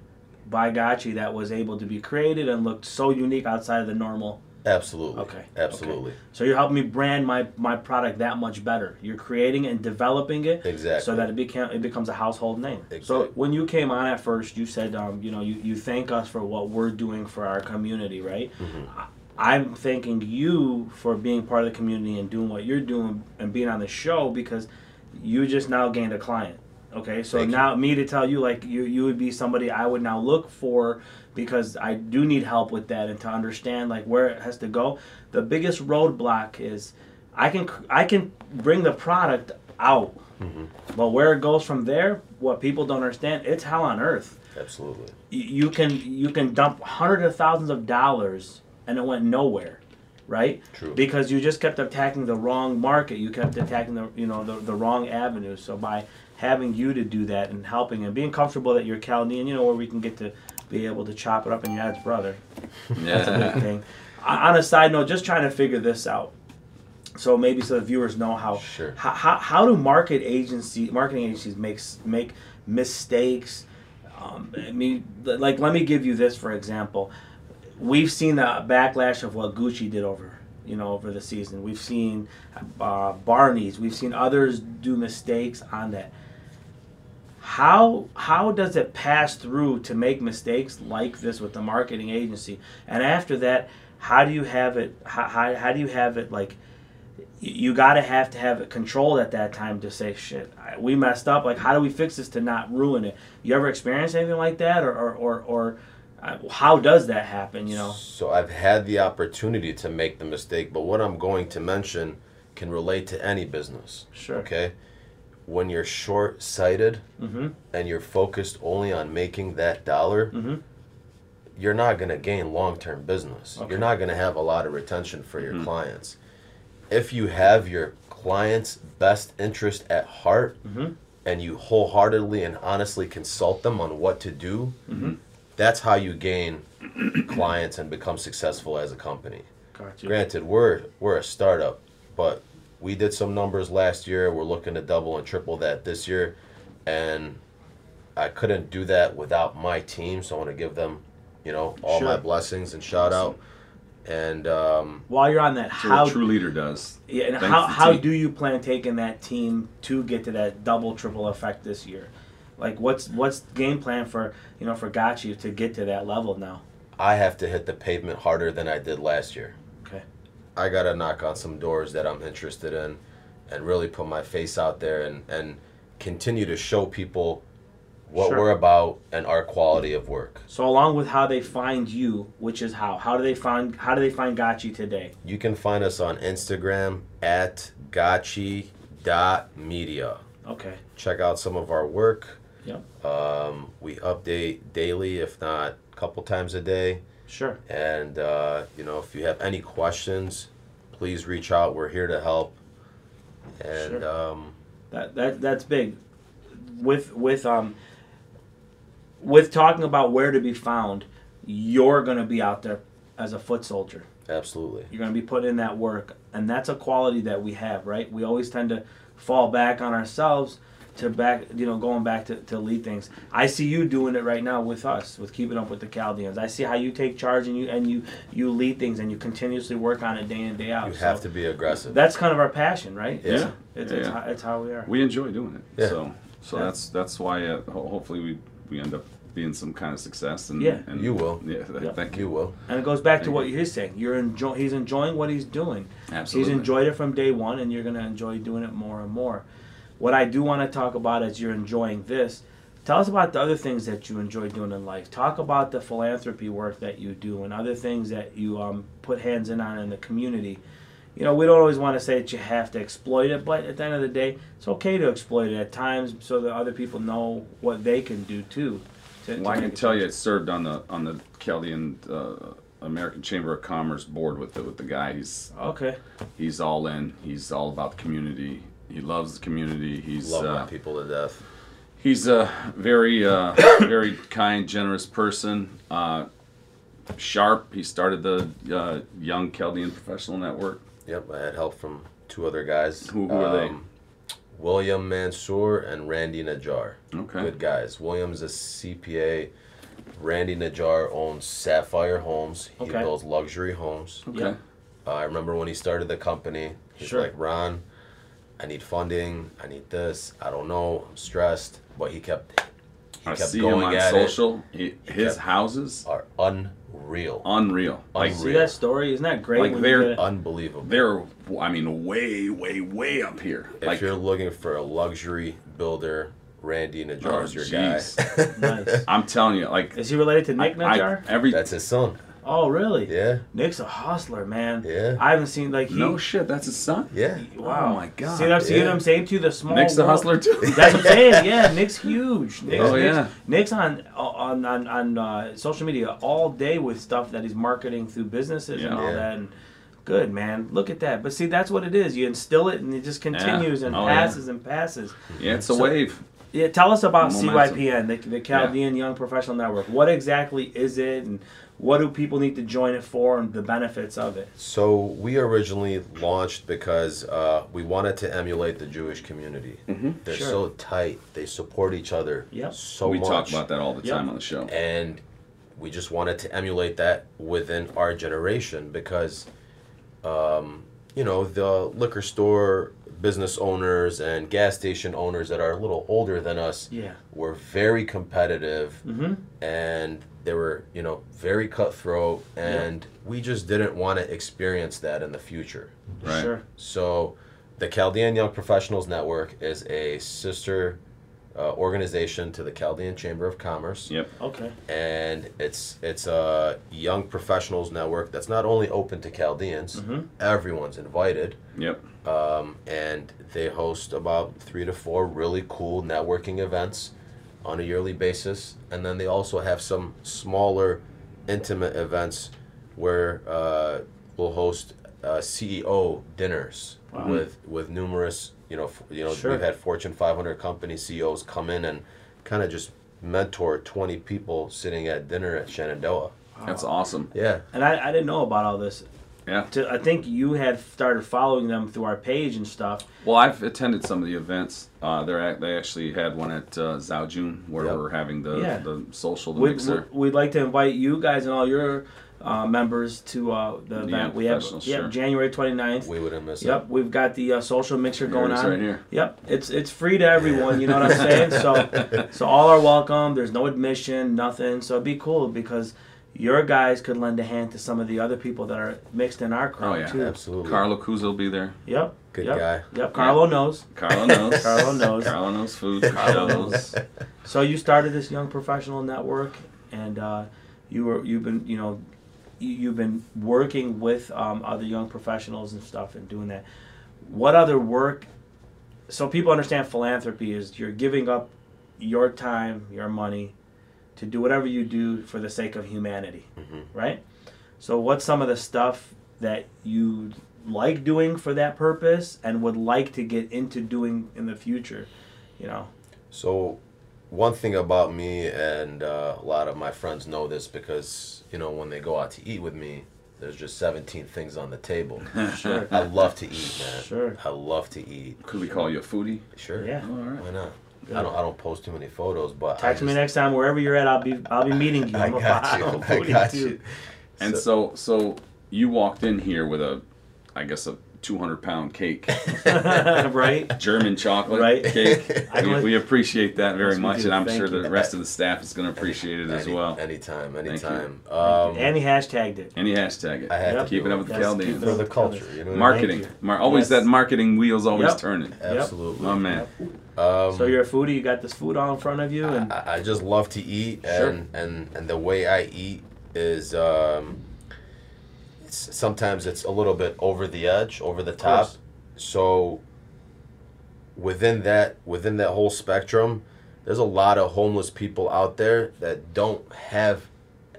Speaker 3: by Gotchi that was able to be created and looked so unique outside of the normal.
Speaker 2: Absolutely.
Speaker 3: Okay, okay.
Speaker 2: Absolutely.
Speaker 3: So you're helping me brand my my product that much better. You're creating and developing it
Speaker 2: Exactly.
Speaker 3: so that it became it becomes a household name. So
Speaker 2: Exactly.
Speaker 3: when you came on at first, you said, um, you know, you, you thank us for what we're doing for our community, right?
Speaker 2: Mm-hmm.
Speaker 3: I, I'm thanking you for being part of the community and doing what you're doing and being on the show because you just now gained a client. Okay, so
Speaker 2: Thank you.
Speaker 3: now me to tell you, like you, you would be somebody I would now look for because I do need help with that and to understand like where it has to go. The biggest roadblock is I can cr- I can bring the product out,
Speaker 2: Mm-hmm.
Speaker 3: but where it goes from there, what people don't understand, it's hell on earth.
Speaker 2: Absolutely.
Speaker 3: Y- You can you can dump hundreds of thousands of dollars and it went nowhere, right?
Speaker 2: True.
Speaker 3: Because you just kept attacking the wrong market. You kept attacking the you know the, the wrong avenue. So by having you to do that and helping and being comfortable that you're Chaldean, you know where we can get to be able to chop it up in your dad's brother
Speaker 1: yeah.
Speaker 3: thing. On on a side note, just trying to figure this out. So maybe so the viewers know how
Speaker 2: Sure.
Speaker 3: how, how, how do market agency marketing agencies makes make mistakes. Um, I mean, l- like let me give you this for example. We've seen the backlash of what Gucci did over you know over the season. We've seen uh, Barney's. We've seen others do mistakes on that. How how does it pass through to make mistakes like this with the marketing agency? And after that, how do you have it? How, how, how do you have it like? y- You gotta have to have it controlled at that time to say shit. I- We messed up. Like, how do we fix this to not ruin it? You ever experienced anything like that, or or or, or uh, how does that happen? You know,
Speaker 2: So I've had the opportunity to make the mistake, but what I'm going to mention can relate to any business.
Speaker 3: sure.
Speaker 2: Okay? When you're short sighted
Speaker 3: Mm-hmm.
Speaker 2: and you're focused only on making that dollar,
Speaker 3: Mhm.
Speaker 2: you're not going to gain long term business.
Speaker 3: Okay.
Speaker 2: You're not going to have a lot of retention for your clients. If you have your client's best interest at heart
Speaker 3: Mhm.
Speaker 2: and you wholeheartedly and honestly consult them on what to do, that's how you gain clients and become successful as a company.
Speaker 3: Gotcha.
Speaker 2: Granted, we're we're a startup, but we did some numbers last year. We're looking to double and triple that this year, and I couldn't do that without my team. So I want to give them, you know, all my
Speaker 3: Sure.
Speaker 2: blessings and shout out. And um,
Speaker 3: While you're on that,
Speaker 1: So
Speaker 3: how
Speaker 1: what a true leader does.
Speaker 3: Yeah, and
Speaker 1: Thanks
Speaker 3: how,
Speaker 1: to
Speaker 3: how
Speaker 1: T.
Speaker 3: do you plan taking that team to get to that double triple effect this year? Like what's what's game plan for you know for Gotchi to get to that level now?
Speaker 2: I have to hit the pavement harder than I did last year.
Speaker 3: Okay.
Speaker 2: I gotta knock on some doors that I'm interested in, and really put my face out there and and continue to show people what
Speaker 3: Sure.
Speaker 2: we're about and our quality of work.
Speaker 3: So along with how they find you, which is how how do they find how do they find Gotchi today?
Speaker 2: You can find us on Instagram at gotchi.media.
Speaker 3: Okay.
Speaker 2: Check out some of our work.
Speaker 3: Yep.
Speaker 2: Um, we update daily, if not a couple times a day.
Speaker 3: Sure.
Speaker 2: And, uh, you know, if you have any questions, please reach out. We're here to help. And,
Speaker 3: Sure.
Speaker 2: um,
Speaker 3: That, that that's big. With with um with talking about where to be found, you're gonna be out there as a foot soldier.
Speaker 2: absolutely.
Speaker 3: You're gonna be putting in that work, and that's a quality that we have, right? We always tend to fall back on ourselves to back, you know, going back to, to lead things. I see you doing it right now with us, with keeping up with the Chaldeans. I see how you take charge and you and you you lead things and you continuously work on it day in day out.
Speaker 2: You have
Speaker 3: So
Speaker 2: to be aggressive.
Speaker 3: That's kind of our passion, right?
Speaker 2: Yeah.
Speaker 1: Yeah.
Speaker 3: It's,
Speaker 1: Yeah,
Speaker 3: it's,
Speaker 1: yeah.
Speaker 3: How, it's how we are.
Speaker 1: We enjoy doing it.
Speaker 2: Yeah.
Speaker 1: So so
Speaker 3: Yeah.
Speaker 1: that's that's why uh, ho- hopefully we we end up being some kind of success. And,
Speaker 3: Yeah.
Speaker 1: and
Speaker 2: You will.
Speaker 1: Yeah. th-
Speaker 3: Yeah.
Speaker 1: Thank you.
Speaker 2: you will.
Speaker 3: And it goes back to
Speaker 1: Thank
Speaker 3: what
Speaker 1: you.
Speaker 3: you're saying. You're enjoy- he's enjoying what he's doing.
Speaker 1: Absolutely.
Speaker 3: He's enjoyed it from day one, and you're going to enjoy doing it more and more. What I do want to talk about is you're enjoying this. Tell us about the other things that you enjoy doing in life. Talk about the philanthropy work that you do and other things that you um, put hands in on in the community. You know, we don't always want to say that you have to exploit it, but at the end of the day, it's okay to exploit it at times so that other people know what they can do too. to- to
Speaker 1: Well, I
Speaker 3: make
Speaker 1: can
Speaker 3: a
Speaker 1: tell
Speaker 3: change.
Speaker 1: you, it served on the on the Chaldean uh, American Chamber of Commerce board with the with the guy. He's
Speaker 3: Okay.
Speaker 1: he's all in. He's all about the community. He loves the community. He's
Speaker 2: Love my
Speaker 1: uh,
Speaker 2: people to death.
Speaker 1: he's a very uh, very kind, generous person. Uh, sharp. He started the uh, Young Chaldean Professional Network.
Speaker 2: Yep, I had help from two other guys. Um,
Speaker 1: Who- who are they?
Speaker 2: William Mansour and Randy Najjar.
Speaker 1: Okay.
Speaker 2: Good guys. William's a CPA. Randy Najjar owns Sapphire Homes. He
Speaker 3: Okay.
Speaker 2: builds luxury homes.
Speaker 1: Okay.
Speaker 3: Yeah.
Speaker 2: Uh, I remember when he started the company, he's
Speaker 3: Sure.
Speaker 2: like, Ron, I need funding. I need this. I don't know. I'm stressed. But he kept, he
Speaker 1: I
Speaker 2: kept
Speaker 1: see him
Speaker 2: going
Speaker 1: on
Speaker 2: at
Speaker 1: social. He, his
Speaker 2: kept-
Speaker 1: houses
Speaker 2: it. Are unreal.
Speaker 1: unreal. Like
Speaker 3: See
Speaker 2: Unreal.
Speaker 3: that story? Isn't that great?
Speaker 1: Like
Speaker 3: when you
Speaker 1: they're-
Speaker 3: get it?
Speaker 2: Unbelievable.
Speaker 1: they're, I mean, way, way, way up here.
Speaker 2: if
Speaker 1: like
Speaker 2: you're looking for a luxury builder, Randy
Speaker 1: Oh,
Speaker 2: Najjar is your
Speaker 1: jeez.
Speaker 2: guy.
Speaker 3: Nice.
Speaker 1: I'm telling you, like
Speaker 3: Is he related to Nick
Speaker 1: I-
Speaker 3: Najar?
Speaker 1: every
Speaker 2: That's his son.
Speaker 3: Oh, really?
Speaker 2: Yeah.
Speaker 3: Nick's a hustler, man.
Speaker 2: Yeah.
Speaker 3: I haven't seen like he.
Speaker 1: no shit. That's his son.
Speaker 2: Yeah.
Speaker 3: wow.
Speaker 1: Oh my God.
Speaker 3: See what I'm, see what
Speaker 2: Yeah.
Speaker 3: I'm saying to the small.
Speaker 1: Nick's the
Speaker 3: world.
Speaker 1: hustler too.
Speaker 3: That's what I'm saying. Yeah, Nick's huge. Nick's,
Speaker 1: Oh,
Speaker 3: Nick's,
Speaker 1: yeah.
Speaker 3: Nick's on on on, on uh, social media all day with stuff that he's marketing through businesses and
Speaker 1: Yeah.
Speaker 3: all
Speaker 2: Yeah.
Speaker 3: that. And good man, look at that. But see, that's what it is. You instill it, and it just continues and
Speaker 1: Oh, yeah.
Speaker 3: passes and passes.
Speaker 1: yeah, it's a
Speaker 3: So-
Speaker 1: wave.
Speaker 3: Yeah, tell us about
Speaker 1: Momentum.
Speaker 3: CYPN, the, the Chaldean Young Professional Network. What exactly is it, and what do people need to join it for, and the benefits of it?
Speaker 2: So we originally launched because uh, we wanted to emulate the Jewish community. They're
Speaker 3: Sure.
Speaker 2: so tight. They support each other
Speaker 3: Yep.
Speaker 2: so
Speaker 1: we
Speaker 2: much.
Speaker 1: talk about that all the
Speaker 3: Yeah.
Speaker 1: time on the show.
Speaker 2: and we just wanted to emulate that within our generation because um, you know the liquor store business owners and gas station owners that are a little older than us
Speaker 3: Yeah.
Speaker 2: were very competitive
Speaker 3: Mm-hmm.
Speaker 2: and they were you know very cutthroat and we just didn't want to experience that in the future
Speaker 1: Right.
Speaker 3: Sure.
Speaker 2: so, the Chaldean Young Professionals Network is a sister uh, organization to the Chaldean Chamber of Commerce,
Speaker 1: Yep.
Speaker 3: Okay.
Speaker 2: and it's it's a young professionals network that's not only open to Chaldeans.
Speaker 1: Mm-hmm.
Speaker 3: Mhm.
Speaker 2: Everyone's invited,
Speaker 1: Yep.
Speaker 2: um, and they host about three to four really cool networking events on a yearly basis, and then they also have some smaller, intimate events where uh, we'll host uh, CEO dinners
Speaker 3: Wow.
Speaker 2: with with numerous you know f- you know
Speaker 3: Sure.
Speaker 2: we've had Fortune 500 company CEOs come in and kind of just mentor 20 people sitting at dinner at Shenandoah.
Speaker 1: That's
Speaker 3: Oh.
Speaker 1: awesome.
Speaker 2: Yeah,
Speaker 3: And I, I didn't know about all this.
Speaker 1: Yeah.
Speaker 3: To, I think you had started following them through our page and stuff.
Speaker 1: Well, I've attended some of the events. Uh, they're act- they actually had one at uh, Zhaojun where
Speaker 2: Yep.
Speaker 1: we're having the
Speaker 3: Yeah.
Speaker 1: the social the
Speaker 3: We'd,
Speaker 1: mixer.
Speaker 3: we'd like to invite you guys and all your uh, members to uh, the event. we have
Speaker 1: professionals,
Speaker 3: yeah,
Speaker 1: sure.
Speaker 3: January 29th.
Speaker 2: we wouldn't miss it.
Speaker 3: Yep, we've got the uh, social mixer going
Speaker 1: it is
Speaker 3: on
Speaker 1: right here.
Speaker 3: Yep, it's it's free to everyone. You know what I'm saying? So so all are welcome. There's no admission, nothing. So it'd be cool because your guys could lend a hand to some of the other people that are mixed in our crowd
Speaker 1: Oh, yeah.
Speaker 3: too.
Speaker 2: Absolutely.
Speaker 1: Carlo Cuso will be there.
Speaker 3: Yep.
Speaker 2: Good
Speaker 3: yep,
Speaker 2: guy.
Speaker 3: Yep. Carlo knows.
Speaker 1: Carlo knows.
Speaker 3: Carlo knows.
Speaker 1: Carlo knows food. Carlo knows.
Speaker 3: So you started this young professional network, and uh, you were you've been you know you- you've been working with um, other young professionals and stuff and doing that. What other work? So people understand philanthropy is you're giving up your time, your money to do whatever you do for the sake of humanity,
Speaker 2: Mhm.
Speaker 3: right? So, what's some of the stuff that you like doing for that purpose and would like to get into doing in the future? You know,
Speaker 2: So, one thing about me, and uh, a lot of my friends know this because, you know, when they go out to eat with me, there's just 17 things on the table.
Speaker 3: Sure.
Speaker 2: I love to eat, man.
Speaker 3: Sure.
Speaker 2: I love to eat.
Speaker 1: Could we call you a foodie?
Speaker 2: Sure.
Speaker 3: yeah.
Speaker 1: All right.
Speaker 2: Why not? I don't. I don't post too many photos, but I
Speaker 3: Text me
Speaker 2: just-
Speaker 3: next time wherever you're at. I'll be I'll be meeting you.
Speaker 2: I
Speaker 3: I'm a
Speaker 2: got you.
Speaker 3: follow
Speaker 2: I
Speaker 3: booty,
Speaker 2: got
Speaker 3: too.
Speaker 2: you.
Speaker 1: And so, so you walked in here with a, I guess a 200 pound cake,
Speaker 3: right?
Speaker 1: German chocolate
Speaker 3: Right.
Speaker 1: cake.
Speaker 3: I
Speaker 1: We,
Speaker 3: would-
Speaker 1: we appreciate that very
Speaker 3: Yes, we
Speaker 1: much,
Speaker 3: do.
Speaker 1: and I'm
Speaker 3: Thank
Speaker 1: sure
Speaker 3: you.
Speaker 1: the rest of the staff is going to appreciate it as
Speaker 2: Any-
Speaker 1: well.
Speaker 2: Anytime.
Speaker 1: you.
Speaker 2: Anytime. Um,
Speaker 3: and he hashttagged it.
Speaker 1: And you hashtag it.
Speaker 2: I had
Speaker 3: Yep.
Speaker 2: to
Speaker 1: Keep it up with the
Speaker 3: Yes, keep
Speaker 1: Chaldeans.
Speaker 3: it up
Speaker 2: for the
Speaker 3: with
Speaker 2: culture.
Speaker 3: Chaldeans.
Speaker 2: You know. what I mean?
Speaker 1: Marketing.
Speaker 3: Thank
Speaker 1: Mar- always
Speaker 3: Yes.
Speaker 1: that marketing wheels always
Speaker 3: Yep.
Speaker 1: turning.
Speaker 3: Yep.
Speaker 2: Absolutely.
Speaker 1: My man.
Speaker 2: Um, Ah,
Speaker 3: So you're a foodie. You got this food all in front of you, and
Speaker 2: I, I just love to eat,
Speaker 1: Sure.
Speaker 2: and, and and the way I eat is um, s- sometimes it's a little bit over the edge, over the top.
Speaker 3: course.
Speaker 2: So within that within that whole spectrum, there's a lot of homeless people out there that don't have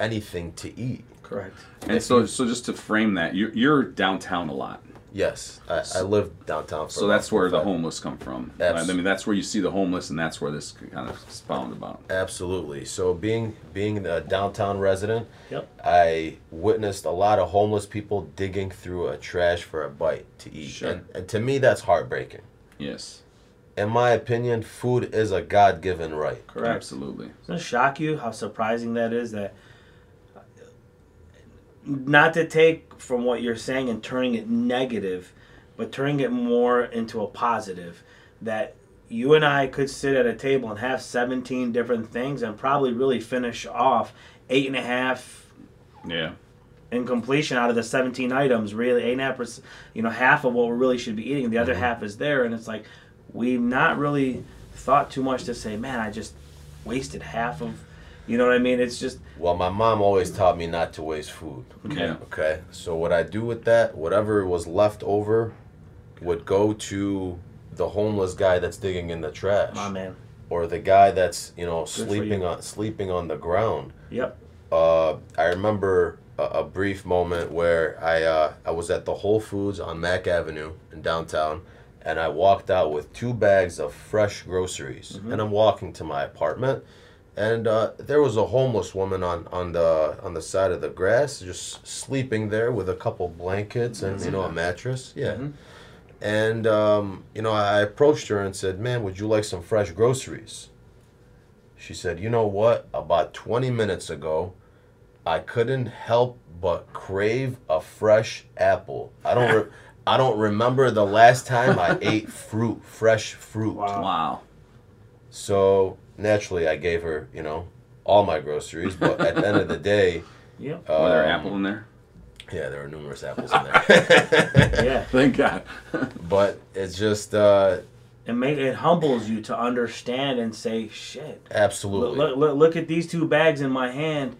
Speaker 2: anything to eat.
Speaker 3: correct.
Speaker 1: And so, so just to frame that, you're, you're downtown a lot,
Speaker 2: Yes, I, I live downtown. For
Speaker 1: so that's where the
Speaker 2: home.
Speaker 1: homeless come from.
Speaker 2: That's-
Speaker 1: I mean, that's where you see the homeless, and that's where this kind of spawned about.
Speaker 2: Absolutely. So being being a downtown resident,
Speaker 3: Yep.
Speaker 2: I witnessed a lot of homeless people digging through a trash for a bite to eat.
Speaker 1: Sure.
Speaker 2: And, and to me that's heartbreaking.
Speaker 1: Yes,
Speaker 2: In my opinion, food is a God-given right.
Speaker 3: Correct.
Speaker 1: absolutely.
Speaker 3: Doesn't it shock you how surprising that is that not to take from what you're saying and turning it negative, but turning it more into a positive that you and I could sit at a table and have 17 different things and probably really finish off eight and a half
Speaker 1: Yeah,
Speaker 3: in completion out of the 17 items really eight and a half percent you know half of what we really should be eating the
Speaker 2: Mm-hmm.
Speaker 3: other half is there and it's like we've not really thought too much to say man i just wasted half of you know what i mean it's just
Speaker 2: Well, my mom always taught me not to waste food.
Speaker 1: yeah.
Speaker 2: Okay. So what I do with that, whatever was left over would go to the homeless guy that's digging in the trash
Speaker 3: my man
Speaker 2: or the guy that's, you know,
Speaker 3: for
Speaker 2: sleeping
Speaker 3: you.
Speaker 2: on sleeping on the ground.
Speaker 3: yep
Speaker 2: uh, I remember a, a brief moment where I uh, I was at the Whole Foods on Mack Avenue in downtown, and I walked out with two bags of fresh groceries, and I'm walking to my apartment, and uh, there was a homeless woman on, on the on the side of the grass, just sleeping there with a couple blankets and you know a mattress, yeah. And um, you know, I approached her and said, "Man, would you like some fresh groceries?" She said, "You know what? About 20 minutes ago, I couldn't help but crave a fresh apple. I don't re- I don't remember the last time I ate fruit, fresh fruit.
Speaker 3: Wow.
Speaker 1: Wow.
Speaker 2: So, naturally I gave her, you know, all my groceries, but at the end of the day,
Speaker 3: yep
Speaker 2: um,
Speaker 1: Were there apple in there?
Speaker 2: Yeah, there were numerous apples in there.
Speaker 3: yeah
Speaker 1: Thank God.
Speaker 2: but it's just uh
Speaker 3: it make it humbles you to understand and say shit
Speaker 2: absolutely.
Speaker 3: Look, look, look at these two bags in my hand,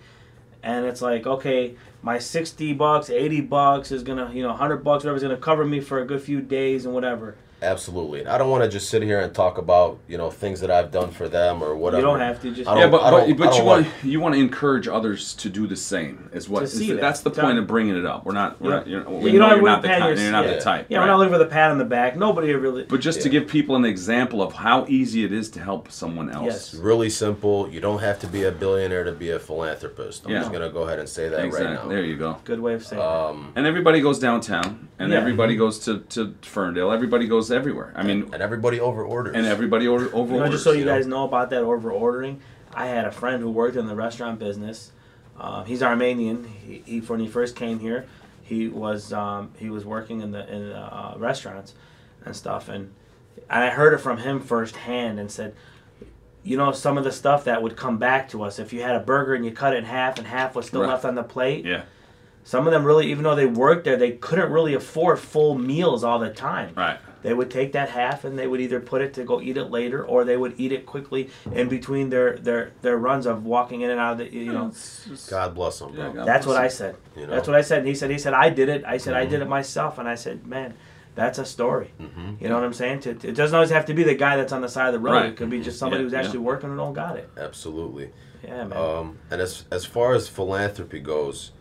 Speaker 3: and it's like, okay, my sixty bucks, eighty bucks is gonna, you know, hundred bucks, whatever's gonna cover me for a good few days and whatever.
Speaker 2: Absolutely. And I don't want to just sit here and talk about, you know, things that I've done for them or whatever.
Speaker 3: You don't have to just.
Speaker 2: I
Speaker 1: yeah,
Speaker 2: don't-
Speaker 1: but
Speaker 2: I
Speaker 1: but,
Speaker 2: don't- I
Speaker 1: but
Speaker 2: don't
Speaker 1: you
Speaker 2: want-
Speaker 1: want you want to encourage others to do the same. Is what
Speaker 3: To
Speaker 1: is
Speaker 3: see
Speaker 1: the-
Speaker 3: that.
Speaker 1: that's the
Speaker 3: To-
Speaker 1: point of bringing it up. We're not we're
Speaker 3: Yeah.
Speaker 1: not you're,
Speaker 3: Yeah,
Speaker 1: we
Speaker 3: you
Speaker 1: know
Speaker 3: don't
Speaker 1: you're not the
Speaker 3: pat
Speaker 1: kind,
Speaker 3: your-
Speaker 1: you're not
Speaker 2: yeah.
Speaker 1: the type.
Speaker 3: yeah,
Speaker 1: right?
Speaker 3: we're not looking for the pat on the back. Nobody really.
Speaker 1: But just to
Speaker 2: Yeah.
Speaker 1: give people an example of how easy it is to help someone else.
Speaker 3: Yes.
Speaker 2: really simple. You don't have to be a billionaire to be a philanthropist. I'm
Speaker 1: Yeah.
Speaker 2: just gonna go ahead and say that
Speaker 1: exactly. There
Speaker 2: right
Speaker 1: you go.
Speaker 3: Good way of saying.
Speaker 2: now.
Speaker 3: it.
Speaker 1: Uh,
Speaker 2: Um,
Speaker 1: And everybody goes downtown, and
Speaker 3: Yeah.
Speaker 1: everybody goes to, to Ferndale. Everybody goes everywhere. I mean,
Speaker 2: and everybody over orders.
Speaker 1: and everybody over over.
Speaker 3: You know, just so you
Speaker 2: know?
Speaker 3: guys know about that over ordering, I had a friend who worked in the restaurant business. Um, he's Armenian. He, he when he first came here, he was um, he was working in the in the, uh, restaurants and stuff, and and I heard it from him firsthand and said, you know, some of the stuff that would come back to us if you had a burger and you cut it in half and half was still
Speaker 1: Right.
Speaker 3: left on the plate.
Speaker 1: yeah,
Speaker 3: Some of them really, even though they worked there, they couldn't really afford full meals all the time.
Speaker 1: right.
Speaker 3: They would take that half and they would either put it to go eat it later, or they would eat it quickly in between their their their runs of walking in and out of the
Speaker 1: Oh,
Speaker 3: you know.
Speaker 2: God bless them, bro.
Speaker 1: Yeah, God
Speaker 3: That's what I said.
Speaker 2: You know?
Speaker 3: That's what I said. And he said he said I did it. I said I did it
Speaker 1: Mm-hmm.
Speaker 3: myself, and I said, man, that's a story.
Speaker 2: Mm-hmm.
Speaker 3: You know what I'm saying? To- to- It doesn't always have to be the guy that's on the side of the road.
Speaker 1: Right.
Speaker 3: It could be just somebody
Speaker 1: Yeah, Oh.
Speaker 3: who's
Speaker 1: yeah.
Speaker 3: actually working and all got it.
Speaker 2: Absolutely.
Speaker 3: Yeah, man.
Speaker 2: Um, and as as far as philanthropy goes,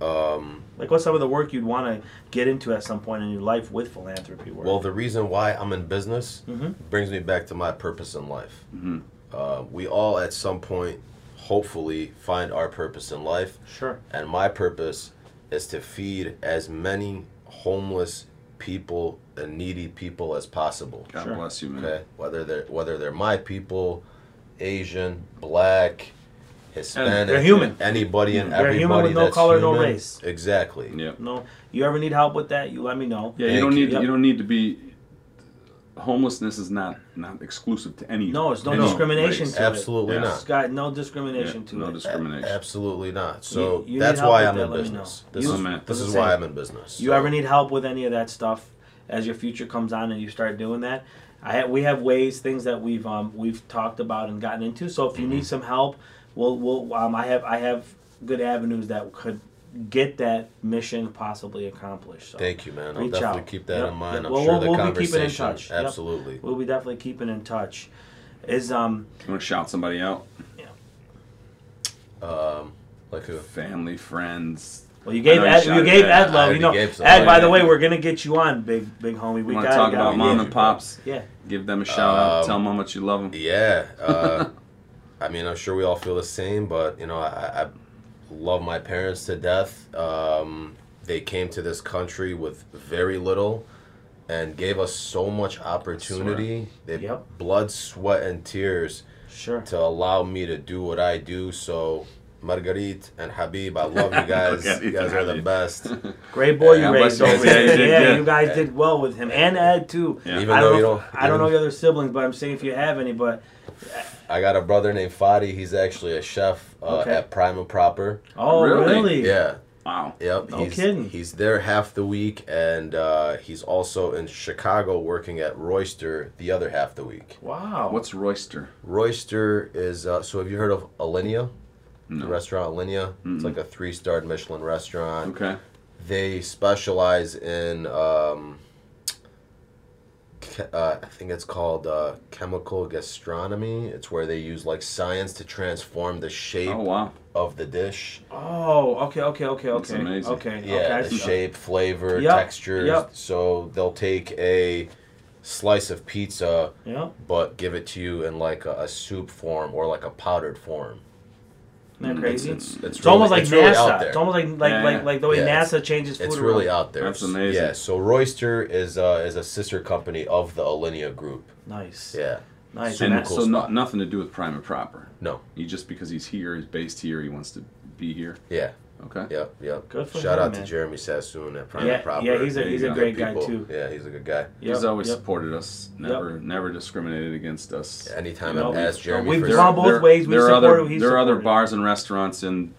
Speaker 2: um,
Speaker 3: like, what's some of the work you'd want to get into at some point in your life with philanthropy work?
Speaker 2: well, the reason why I'm in business
Speaker 3: Mhm.
Speaker 2: brings me back to my purpose in life.
Speaker 1: Mhm.
Speaker 2: Uh, we all at some point, hopefully, find our purpose in life.
Speaker 3: sure.
Speaker 2: and my purpose is to feed as many homeless people and needy people as possible.
Speaker 1: God
Speaker 3: Sure.
Speaker 1: bless you, man.
Speaker 2: Okay, whether they're whether they're my people, Asian, black, Hispanic,
Speaker 3: They're human.
Speaker 2: anybody and
Speaker 3: They're
Speaker 2: everybody
Speaker 3: human with no
Speaker 2: that's
Speaker 3: color, no
Speaker 2: human.
Speaker 3: race.
Speaker 2: Exactly.
Speaker 1: Yeah.
Speaker 3: No, you ever need help with that? You let me know.
Speaker 1: Yeah, you
Speaker 2: Thank
Speaker 1: don't
Speaker 2: you.
Speaker 1: need you don't need to be. Homelessness is not not exclusive to any.
Speaker 3: No, it's no
Speaker 1: any
Speaker 3: discrimination
Speaker 1: race.
Speaker 3: to
Speaker 2: Absolutely
Speaker 1: Yeah.
Speaker 2: not.
Speaker 3: It's got no discrimination
Speaker 1: Yeah,
Speaker 3: to
Speaker 1: no
Speaker 3: it.
Speaker 1: dis- Discrimination.
Speaker 2: A- absolutely not. So
Speaker 3: You- you
Speaker 2: that's
Speaker 3: need help
Speaker 2: why
Speaker 3: with
Speaker 2: I'm
Speaker 3: that,
Speaker 2: in
Speaker 3: let me
Speaker 2: business.
Speaker 3: know.
Speaker 2: This
Speaker 1: You-
Speaker 2: is
Speaker 1: I'm at-
Speaker 2: this is
Speaker 3: listen,
Speaker 2: why I'm in business.
Speaker 3: you
Speaker 2: So-
Speaker 3: ever need help with any of that stuff as your future comes on and you start doing that I ha- we have ways things that we've um, we've talked about and gotten into so if you
Speaker 1: Mm-hmm.
Speaker 3: need some help we'll, we'll um, I have I have good avenues that could get that mission possibly accomplished so
Speaker 2: Thank you, man. I'll
Speaker 3: Reach
Speaker 2: definitely
Speaker 3: out.
Speaker 2: keep that
Speaker 3: Yep,
Speaker 2: in mind.
Speaker 3: yep.
Speaker 2: I'm
Speaker 3: Well,
Speaker 2: sure
Speaker 3: we'll-
Speaker 2: the
Speaker 3: we'll be keeping in
Speaker 2: conversation.
Speaker 3: touch. Yep.
Speaker 2: Absolutely.
Speaker 3: we'll be definitely keeping in touch is um
Speaker 1: You want to shout somebody out?
Speaker 2: Um, like who?
Speaker 1: Family, friends.
Speaker 3: well you gave
Speaker 1: I know you
Speaker 3: Ed,
Speaker 1: shouted
Speaker 3: you gave
Speaker 1: at-
Speaker 3: Ed
Speaker 2: I
Speaker 3: love you
Speaker 2: already
Speaker 3: know
Speaker 2: gave some-
Speaker 3: Ed by the
Speaker 1: Oh, Yeah.
Speaker 3: way we're gonna get you on big big homie we
Speaker 1: We want
Speaker 3: got
Speaker 1: to talk about
Speaker 2: it.
Speaker 1: mom
Speaker 2: Yeah.
Speaker 1: and pops.
Speaker 3: yeah
Speaker 1: Give them a shout out.
Speaker 2: Um,
Speaker 1: Tell them how much you love them.
Speaker 2: Yeah. Uh, I mean, I'm sure we all feel the same, but you know, I, I love my parents to death. Um, they came to this country with very little and gave us so much opportunity. They
Speaker 3: Yep.
Speaker 2: blood, sweat, and tears
Speaker 3: sure
Speaker 2: to allow me to do what I do. So, Marguerite and Habib, I love you guys. you
Speaker 1: Marguerite
Speaker 2: guys are the
Speaker 1: and Habib.
Speaker 2: best.
Speaker 3: Great boy,
Speaker 1: Yeah,
Speaker 3: you
Speaker 1: I
Speaker 3: raised
Speaker 1: must
Speaker 3: over
Speaker 1: say, yeah,
Speaker 3: there.
Speaker 1: you did
Speaker 3: Yeah,
Speaker 1: good.
Speaker 3: you guys
Speaker 2: Yeah.
Speaker 3: did well with him and Ed too.
Speaker 1: Yeah.
Speaker 2: Even
Speaker 3: I don't
Speaker 2: though you
Speaker 3: know.
Speaker 2: don't,
Speaker 3: If, I don't
Speaker 2: even-
Speaker 3: know your other siblings, but I'm saying if you have any, but
Speaker 2: I got a brother named Fadi. He's actually a chef uh,
Speaker 3: Okay.
Speaker 2: at Prime and Proper.
Speaker 3: oh
Speaker 1: Really?
Speaker 3: really?
Speaker 2: Yeah.
Speaker 1: Wow.
Speaker 2: Yep.
Speaker 3: No
Speaker 2: he's,
Speaker 3: kidding.
Speaker 2: He's there half the week, and uh, he's also in Chicago working at Royster the other half the week.
Speaker 3: Wow.
Speaker 1: What's Royster?
Speaker 2: Royster is uh, so. Have you heard of Alinea? The
Speaker 1: No.
Speaker 2: restaurant Alinea. It's like a three-star Michelin restaurant.
Speaker 1: Okay.
Speaker 2: They specialize in. Um, che- uh, I think it's called uh, chemical gastronomy. It's where they use like science to transform the shape
Speaker 1: Oh wow.
Speaker 2: of the dish.
Speaker 3: oh, okay, okay, okay,
Speaker 1: That's
Speaker 3: okay,
Speaker 1: amazing.
Speaker 3: okay,
Speaker 2: Yeah,
Speaker 3: okay. I
Speaker 2: the
Speaker 3: see.
Speaker 2: shape, flavor,
Speaker 3: Yep,
Speaker 2: texture.
Speaker 3: yep.
Speaker 2: So they'll take a slice of pizza,
Speaker 3: Yeah,
Speaker 2: but give it to you in like a, a soup form or like a powdered form.
Speaker 3: isn't that
Speaker 1: Mm,
Speaker 3: crazy?
Speaker 1: it's-
Speaker 3: It's,
Speaker 1: it's-
Speaker 2: It's,
Speaker 3: almost like
Speaker 2: it's
Speaker 3: NASA.
Speaker 2: out there.
Speaker 3: It's almost like like
Speaker 1: Yeah, yeah.
Speaker 3: like like the way
Speaker 2: Yeah, it's-
Speaker 3: NASA changes food.
Speaker 2: It's
Speaker 3: around.
Speaker 2: really out there.
Speaker 1: That's amazing.
Speaker 2: Yeah. So Royster is uh, is a sister company of the Alinea Group.
Speaker 3: nice.
Speaker 2: Yeah.
Speaker 3: Nice.
Speaker 2: And
Speaker 3: And
Speaker 1: And
Speaker 3: that,
Speaker 2: cool
Speaker 1: so no,
Speaker 2: spot.
Speaker 1: nothing to do with prime and proper.
Speaker 2: No.
Speaker 1: He just because he's here, he's based here, he wants to be here.
Speaker 2: Yeah.
Speaker 1: Okay.
Speaker 2: Yep. Yep.
Speaker 3: Good for
Speaker 2: Shout
Speaker 3: him,
Speaker 2: out
Speaker 3: man.
Speaker 2: to Jeremy Sassoon at Prime
Speaker 3: Yeah,
Speaker 2: and Proper.
Speaker 3: yeah, he's a-
Speaker 1: he's a
Speaker 2: Good
Speaker 3: great guy, too.
Speaker 2: Yeah, he's a good guy.
Speaker 3: yep,
Speaker 1: he's always
Speaker 3: yep.
Speaker 1: supported us. Never, never discriminated against us.
Speaker 2: Anytime
Speaker 3: You know,
Speaker 2: I've
Speaker 3: we-
Speaker 2: asked Jeremy
Speaker 3: we've
Speaker 2: for
Speaker 3: gone both ways. We
Speaker 1: there are
Speaker 3: supported-
Speaker 1: other
Speaker 3: he
Speaker 1: there are other
Speaker 3: supported.
Speaker 1: bars and restaurants in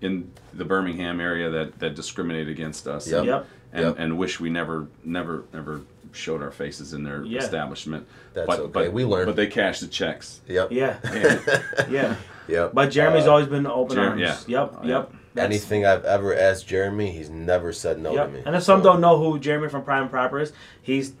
Speaker 1: in the Birmingham area that that discriminate against us.
Speaker 2: Yep.
Speaker 1: And,
Speaker 3: Yep.
Speaker 1: And,
Speaker 2: Yep.
Speaker 1: and wish we never never never showed our faces in their
Speaker 3: Yeah.
Speaker 1: establishment.
Speaker 2: That's
Speaker 1: but,
Speaker 2: okay.
Speaker 1: But,
Speaker 2: We learn.
Speaker 1: But they cash the checks.
Speaker 2: Yep.
Speaker 3: Yeah, yeah.
Speaker 2: Yep.
Speaker 3: But Jeremy's
Speaker 2: Uh,
Speaker 3: always been open
Speaker 1: Jer-
Speaker 3: arms.
Speaker 1: yeah.
Speaker 3: Yep,
Speaker 1: Oh, yeah.
Speaker 3: yep. That's-
Speaker 2: Anything I've ever asked Jeremy, he's never said no to me.
Speaker 3: Yep. And if some
Speaker 2: So,
Speaker 3: don't know who Jeremy from Prime and Proper is, he's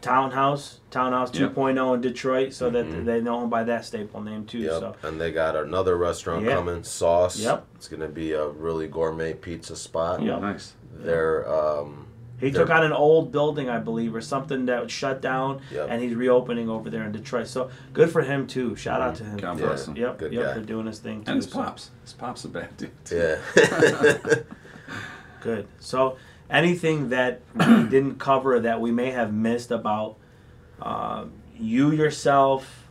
Speaker 3: Townhouse, Townhouse
Speaker 1: Yep.
Speaker 3: 2.0 in Detroit, so that
Speaker 2: Mhm.
Speaker 3: they know him by that staple name too.
Speaker 2: Yep.
Speaker 3: So
Speaker 2: And they got another restaurant
Speaker 3: Yeah.
Speaker 2: coming, Sauce.
Speaker 3: Yep.
Speaker 2: It's gonna be a really gourmet pizza spot.
Speaker 3: Yep.
Speaker 1: Nice.
Speaker 2: They're um
Speaker 3: he
Speaker 2: They're-
Speaker 3: took on an old building, I believe, or something that was shut down,
Speaker 2: Yep.
Speaker 3: and he's reopening over there in Detroit. So good for him too. Shout out to him.
Speaker 1: Mm-hmm. God
Speaker 2: Yeah.
Speaker 1: bless him.
Speaker 3: Yep,
Speaker 2: Good
Speaker 3: yep,
Speaker 2: guy.
Speaker 3: they're doing his thing too.
Speaker 1: And his
Speaker 3: so
Speaker 1: pops. His pops a bad dude. too.
Speaker 2: yeah.
Speaker 3: Good. So anything that we didn't cover that we may have missed about um, you yourself.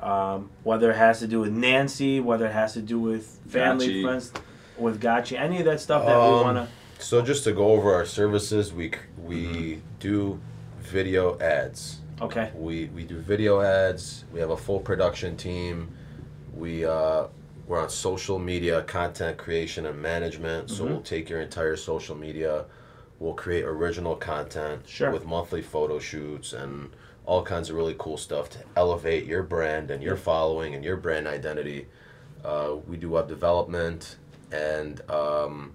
Speaker 3: Um, whether it has to do with Nancy, whether it has to do with family,
Speaker 1: Gotchi.
Speaker 3: friends, with gotcha, any of that stuff that we
Speaker 2: Um,
Speaker 3: want to.
Speaker 2: so just to go over our services, we c- we
Speaker 3: Mm-hmm.
Speaker 2: do video ads.
Speaker 3: Okay.
Speaker 2: We we do video ads. We have a full production team. We uh, we're on social media, content creation and management. So we'll take your entire social media. We'll create original content
Speaker 3: Sure.
Speaker 2: with monthly photo shoots and all kinds of really cool stuff to elevate your brand and your following and your brand identity. Uh, we do web development and. Um,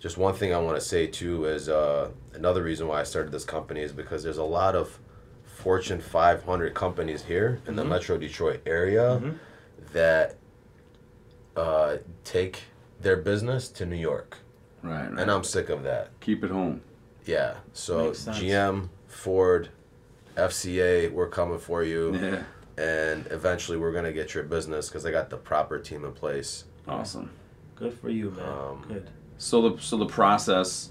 Speaker 2: just one thing I want to say too is uh, another reason why I started this company is because there's a lot of Fortune
Speaker 3: Mm-hmm.
Speaker 2: 500 companies here in the Metro Detroit area that uh, take their business to New York,
Speaker 1: Right. right.
Speaker 2: and I'm sick of that.
Speaker 1: Keep it home.
Speaker 2: Yeah. So
Speaker 3: Makes sense.
Speaker 2: GM, Ford, FCA, we're coming for you,
Speaker 1: Yeah.
Speaker 2: and eventually we're gonna get your business because they got the proper team in place.
Speaker 1: Awesome.
Speaker 3: Good for you, man.
Speaker 2: Um,
Speaker 3: Good.
Speaker 1: So the so the process,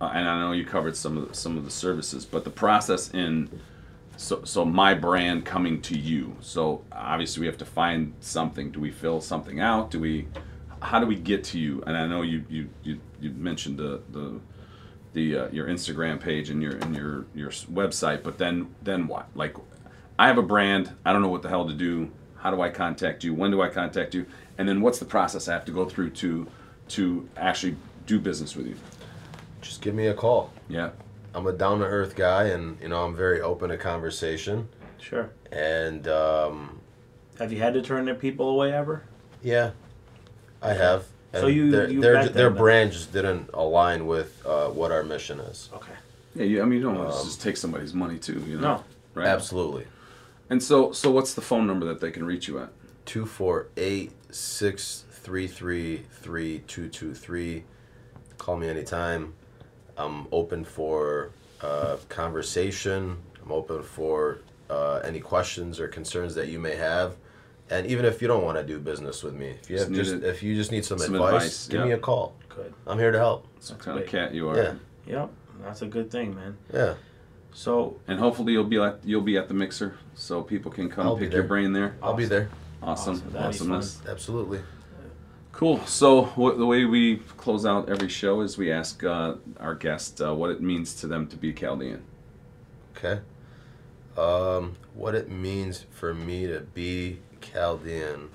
Speaker 1: uh, and I know you covered some of the, some of the services, but the process in so so my brand coming to you. So obviously we have to find something. Do we fill something out? Do we? How do we get to you? And I know you you you, you mentioned the the. The, uh, your Instagram page and your and your your s- website, but then then what? Like, I have a brand. I don't know what the hell to do. How do I contact you? When do I contact you? And then what's the process I have to go through to to actually do business with you?
Speaker 2: Just give me a call.
Speaker 1: Yeah.
Speaker 2: I'm a down to earth guy, and you know I'm very open to conversation.
Speaker 3: Sure.
Speaker 2: And um,
Speaker 3: Have you had to turn the people away ever?
Speaker 2: yeah, I have. And
Speaker 3: So you-
Speaker 2: their
Speaker 3: you
Speaker 2: their,
Speaker 3: vet
Speaker 2: their
Speaker 3: them then?
Speaker 2: brand just didn't align with uh, what our mission is.
Speaker 3: Okay.
Speaker 1: Yeah. You, I mean, you don't wanna
Speaker 2: Um,
Speaker 1: just take somebody's money too. You know.
Speaker 3: No.
Speaker 1: Right.
Speaker 2: Absolutely.
Speaker 1: And so so what's the phone number that they can reach you at?
Speaker 2: Two four eight six three three three two two three. Call me anytime. I'm open for uh, conversation. I'm open for uh, any questions or concerns that you may have. And even if you don't want to do business with me, if you
Speaker 1: Just
Speaker 2: have
Speaker 1: need
Speaker 2: just
Speaker 1: a-
Speaker 2: if you just need some,
Speaker 1: some
Speaker 2: advice,
Speaker 1: advice,
Speaker 2: give
Speaker 1: yeah.
Speaker 2: me a call.
Speaker 3: Good.
Speaker 2: I'm here to help.
Speaker 1: That's
Speaker 3: That's
Speaker 1: kind
Speaker 3: great.
Speaker 1: of cat you are.
Speaker 2: Yeah.
Speaker 3: Yep. That's a good thing, man.
Speaker 2: Yeah,
Speaker 3: So
Speaker 1: And hopefully you'll be at you'll be at the mixer so people can come
Speaker 2: I'll be
Speaker 1: pick your
Speaker 2: there.
Speaker 1: brain there.
Speaker 2: I'll be
Speaker 3: Awesome.
Speaker 2: there.
Speaker 1: Awesome.
Speaker 3: Awesome, that'd be
Speaker 1: Awesomeness.
Speaker 2: Absolutely.
Speaker 1: Cool. So wh- the way we close out every show is we ask uh, our guest uh, what it means to them to be Chaldean.
Speaker 2: Okay. Um, what it means for me to be Chaldean.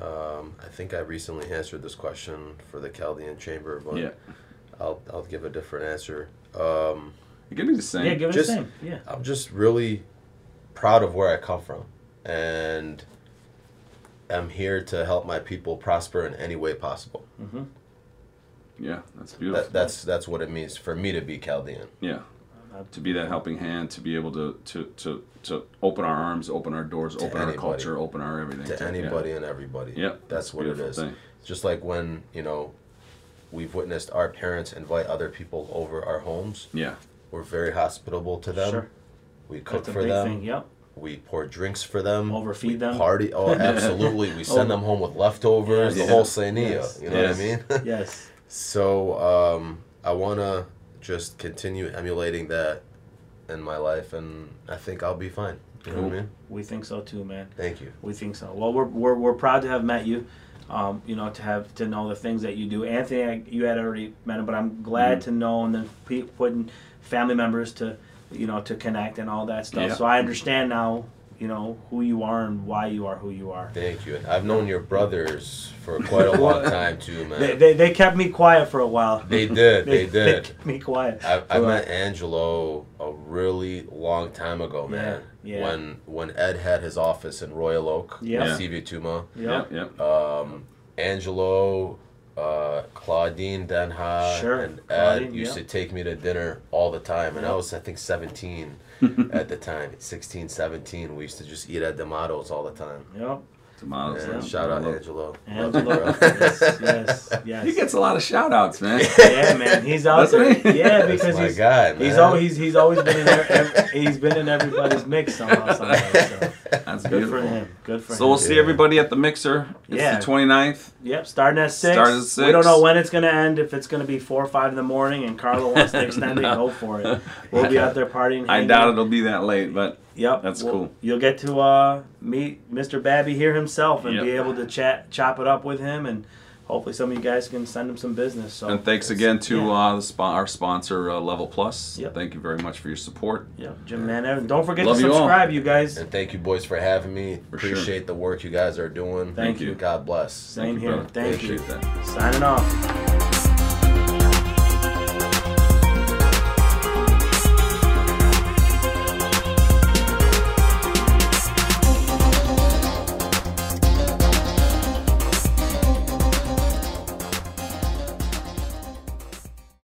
Speaker 2: Um, I think I recently answered this question for the Chaldean Chamber, but
Speaker 1: Yeah.
Speaker 2: I'll I'll give a different answer. Um,
Speaker 1: It could be the same.
Speaker 3: yeah, give it
Speaker 2: Just-
Speaker 3: the same. Yeah.
Speaker 2: I'm just really proud of where I come from, and I'm here to help my people prosper in any way possible.
Speaker 3: Mm-hmm.
Speaker 1: yeah. That's beautiful.
Speaker 2: That, that's that's what it means for me to be Chaldean.
Speaker 1: yeah. to be that helping hand, to be able to to to, to open our arms, open our doors,
Speaker 2: To
Speaker 1: open
Speaker 2: anybody.
Speaker 1: our culture, open our everything
Speaker 2: to
Speaker 1: yeah.
Speaker 2: anybody and everybody.
Speaker 1: Yep,
Speaker 2: that's what it
Speaker 1: beautiful
Speaker 2: is.
Speaker 1: thing.
Speaker 2: Just like when you know, we've witnessed our parents invite other people over our homes.
Speaker 1: Yeah,
Speaker 2: We're very hospitable to them.
Speaker 3: Sure.
Speaker 2: We cook
Speaker 3: That's a
Speaker 2: for
Speaker 3: big
Speaker 2: them.
Speaker 3: thing. Yep.
Speaker 2: We pour drinks for them.
Speaker 3: Overfeed
Speaker 2: we
Speaker 3: them. Oh.
Speaker 2: Party. Oh, absolutely. We send them home with leftovers.
Speaker 1: Yes.
Speaker 2: The whole sania.
Speaker 3: Yes.
Speaker 2: You know
Speaker 1: Yes.
Speaker 2: what I mean?
Speaker 3: Yes.
Speaker 2: So um, I wanna just continue emulating that in my life, and I think I'll be fine. You know what I
Speaker 1: Cool.
Speaker 2: mean?
Speaker 3: We think so too, man.
Speaker 2: Thank you.
Speaker 3: We think so. Well, we're, we're, we're proud to have met you. Um, you know, to have to know the things that you do, Anthony. I, you had already met him, but I'm glad
Speaker 2: Mm-hmm.
Speaker 3: to know, and then pe- putting family members to, you know, to connect and all that stuff.
Speaker 1: Yeah.
Speaker 3: So I understand now, you know, who you are and why you are who you are.
Speaker 2: Thank you. And I've known your brothers for quite a long time too, man.
Speaker 3: They, they, they kept me quiet for a while.
Speaker 2: They did. They did.
Speaker 3: kept me quiet.
Speaker 2: I, I
Speaker 3: So, uh,
Speaker 2: met Angelo a really long time ago, man.
Speaker 3: Yeah, yeah.
Speaker 2: When when Ed had his office in Royal Oak,
Speaker 3: Yeah.
Speaker 2: yeah. CV Tuma,
Speaker 1: yeah,
Speaker 3: Yeah.
Speaker 1: yeah.
Speaker 2: um, Angelo, uh, Claudine Denha,
Speaker 3: Sure,
Speaker 2: and Ed
Speaker 3: Claudine,
Speaker 2: used
Speaker 3: yeah.
Speaker 2: to take me to dinner all the time. And I
Speaker 3: Yeah.
Speaker 2: was, I think, 17 at the time, 16, 17. We used to just eat at D'Amato's all the time.
Speaker 3: Yep.
Speaker 1: Tomatoes.
Speaker 2: Man,
Speaker 1: yeah.
Speaker 2: shout out
Speaker 1: Love-
Speaker 2: Angelo. Love you,
Speaker 3: Angelo.
Speaker 2: bro.
Speaker 3: yes. Yes. Yes.
Speaker 1: He gets a lot of shout outs, man.
Speaker 3: yeah, man, he's out
Speaker 1: That's
Speaker 3: there.
Speaker 1: right.
Speaker 3: Yeah,
Speaker 2: That's
Speaker 3: because
Speaker 2: my
Speaker 3: he's
Speaker 2: guy, man.
Speaker 3: he's always he's always been in there. ev- He's been in everybody's mix somehow. somehow so.
Speaker 1: That's
Speaker 3: Good for
Speaker 1: beautiful.
Speaker 3: him. Good for
Speaker 1: So we'll
Speaker 3: him.
Speaker 1: see everybody at the mixer. It's
Speaker 3: Yeah.
Speaker 1: the 29th.
Speaker 3: Yep, starting at six.
Speaker 1: Starting at
Speaker 3: We don't
Speaker 1: six.
Speaker 3: know when it's gonna end. If it's gonna be four or five in the morning, and Carlo wants to extend it,
Speaker 1: No.
Speaker 3: go for it. We'll be out there partying.
Speaker 1: I
Speaker 3: hanging.
Speaker 1: doubt it'll be that late, but
Speaker 3: Yep,
Speaker 1: That's
Speaker 3: we'll-
Speaker 1: cool.
Speaker 3: You'll get to uh, meet Mr. Babby here himself and
Speaker 1: Yep.
Speaker 3: be able to chat, chop it up with him, and hopefully some of you guys can send him some business. So
Speaker 1: and thanks
Speaker 3: it's-
Speaker 1: again to
Speaker 3: Oh, yeah.
Speaker 1: uh, the spo- our sponsor uh, Level Plus.
Speaker 3: Yep.
Speaker 1: Thank you very much for your support.
Speaker 3: Yep, Jim Mann. Don't forget
Speaker 1: Love
Speaker 3: to
Speaker 1: you all.
Speaker 3: subscribe, you guys.
Speaker 2: And thank you, boys, for having me.
Speaker 1: For sure.
Speaker 2: Appreciate the work you guys are doing.
Speaker 3: Thank
Speaker 1: you.
Speaker 2: God bless.
Speaker 3: Same
Speaker 1: Thank you,
Speaker 3: here.
Speaker 1: brother.
Speaker 3: Thank
Speaker 1: Appreciate
Speaker 3: you.
Speaker 1: that.
Speaker 3: Signing off.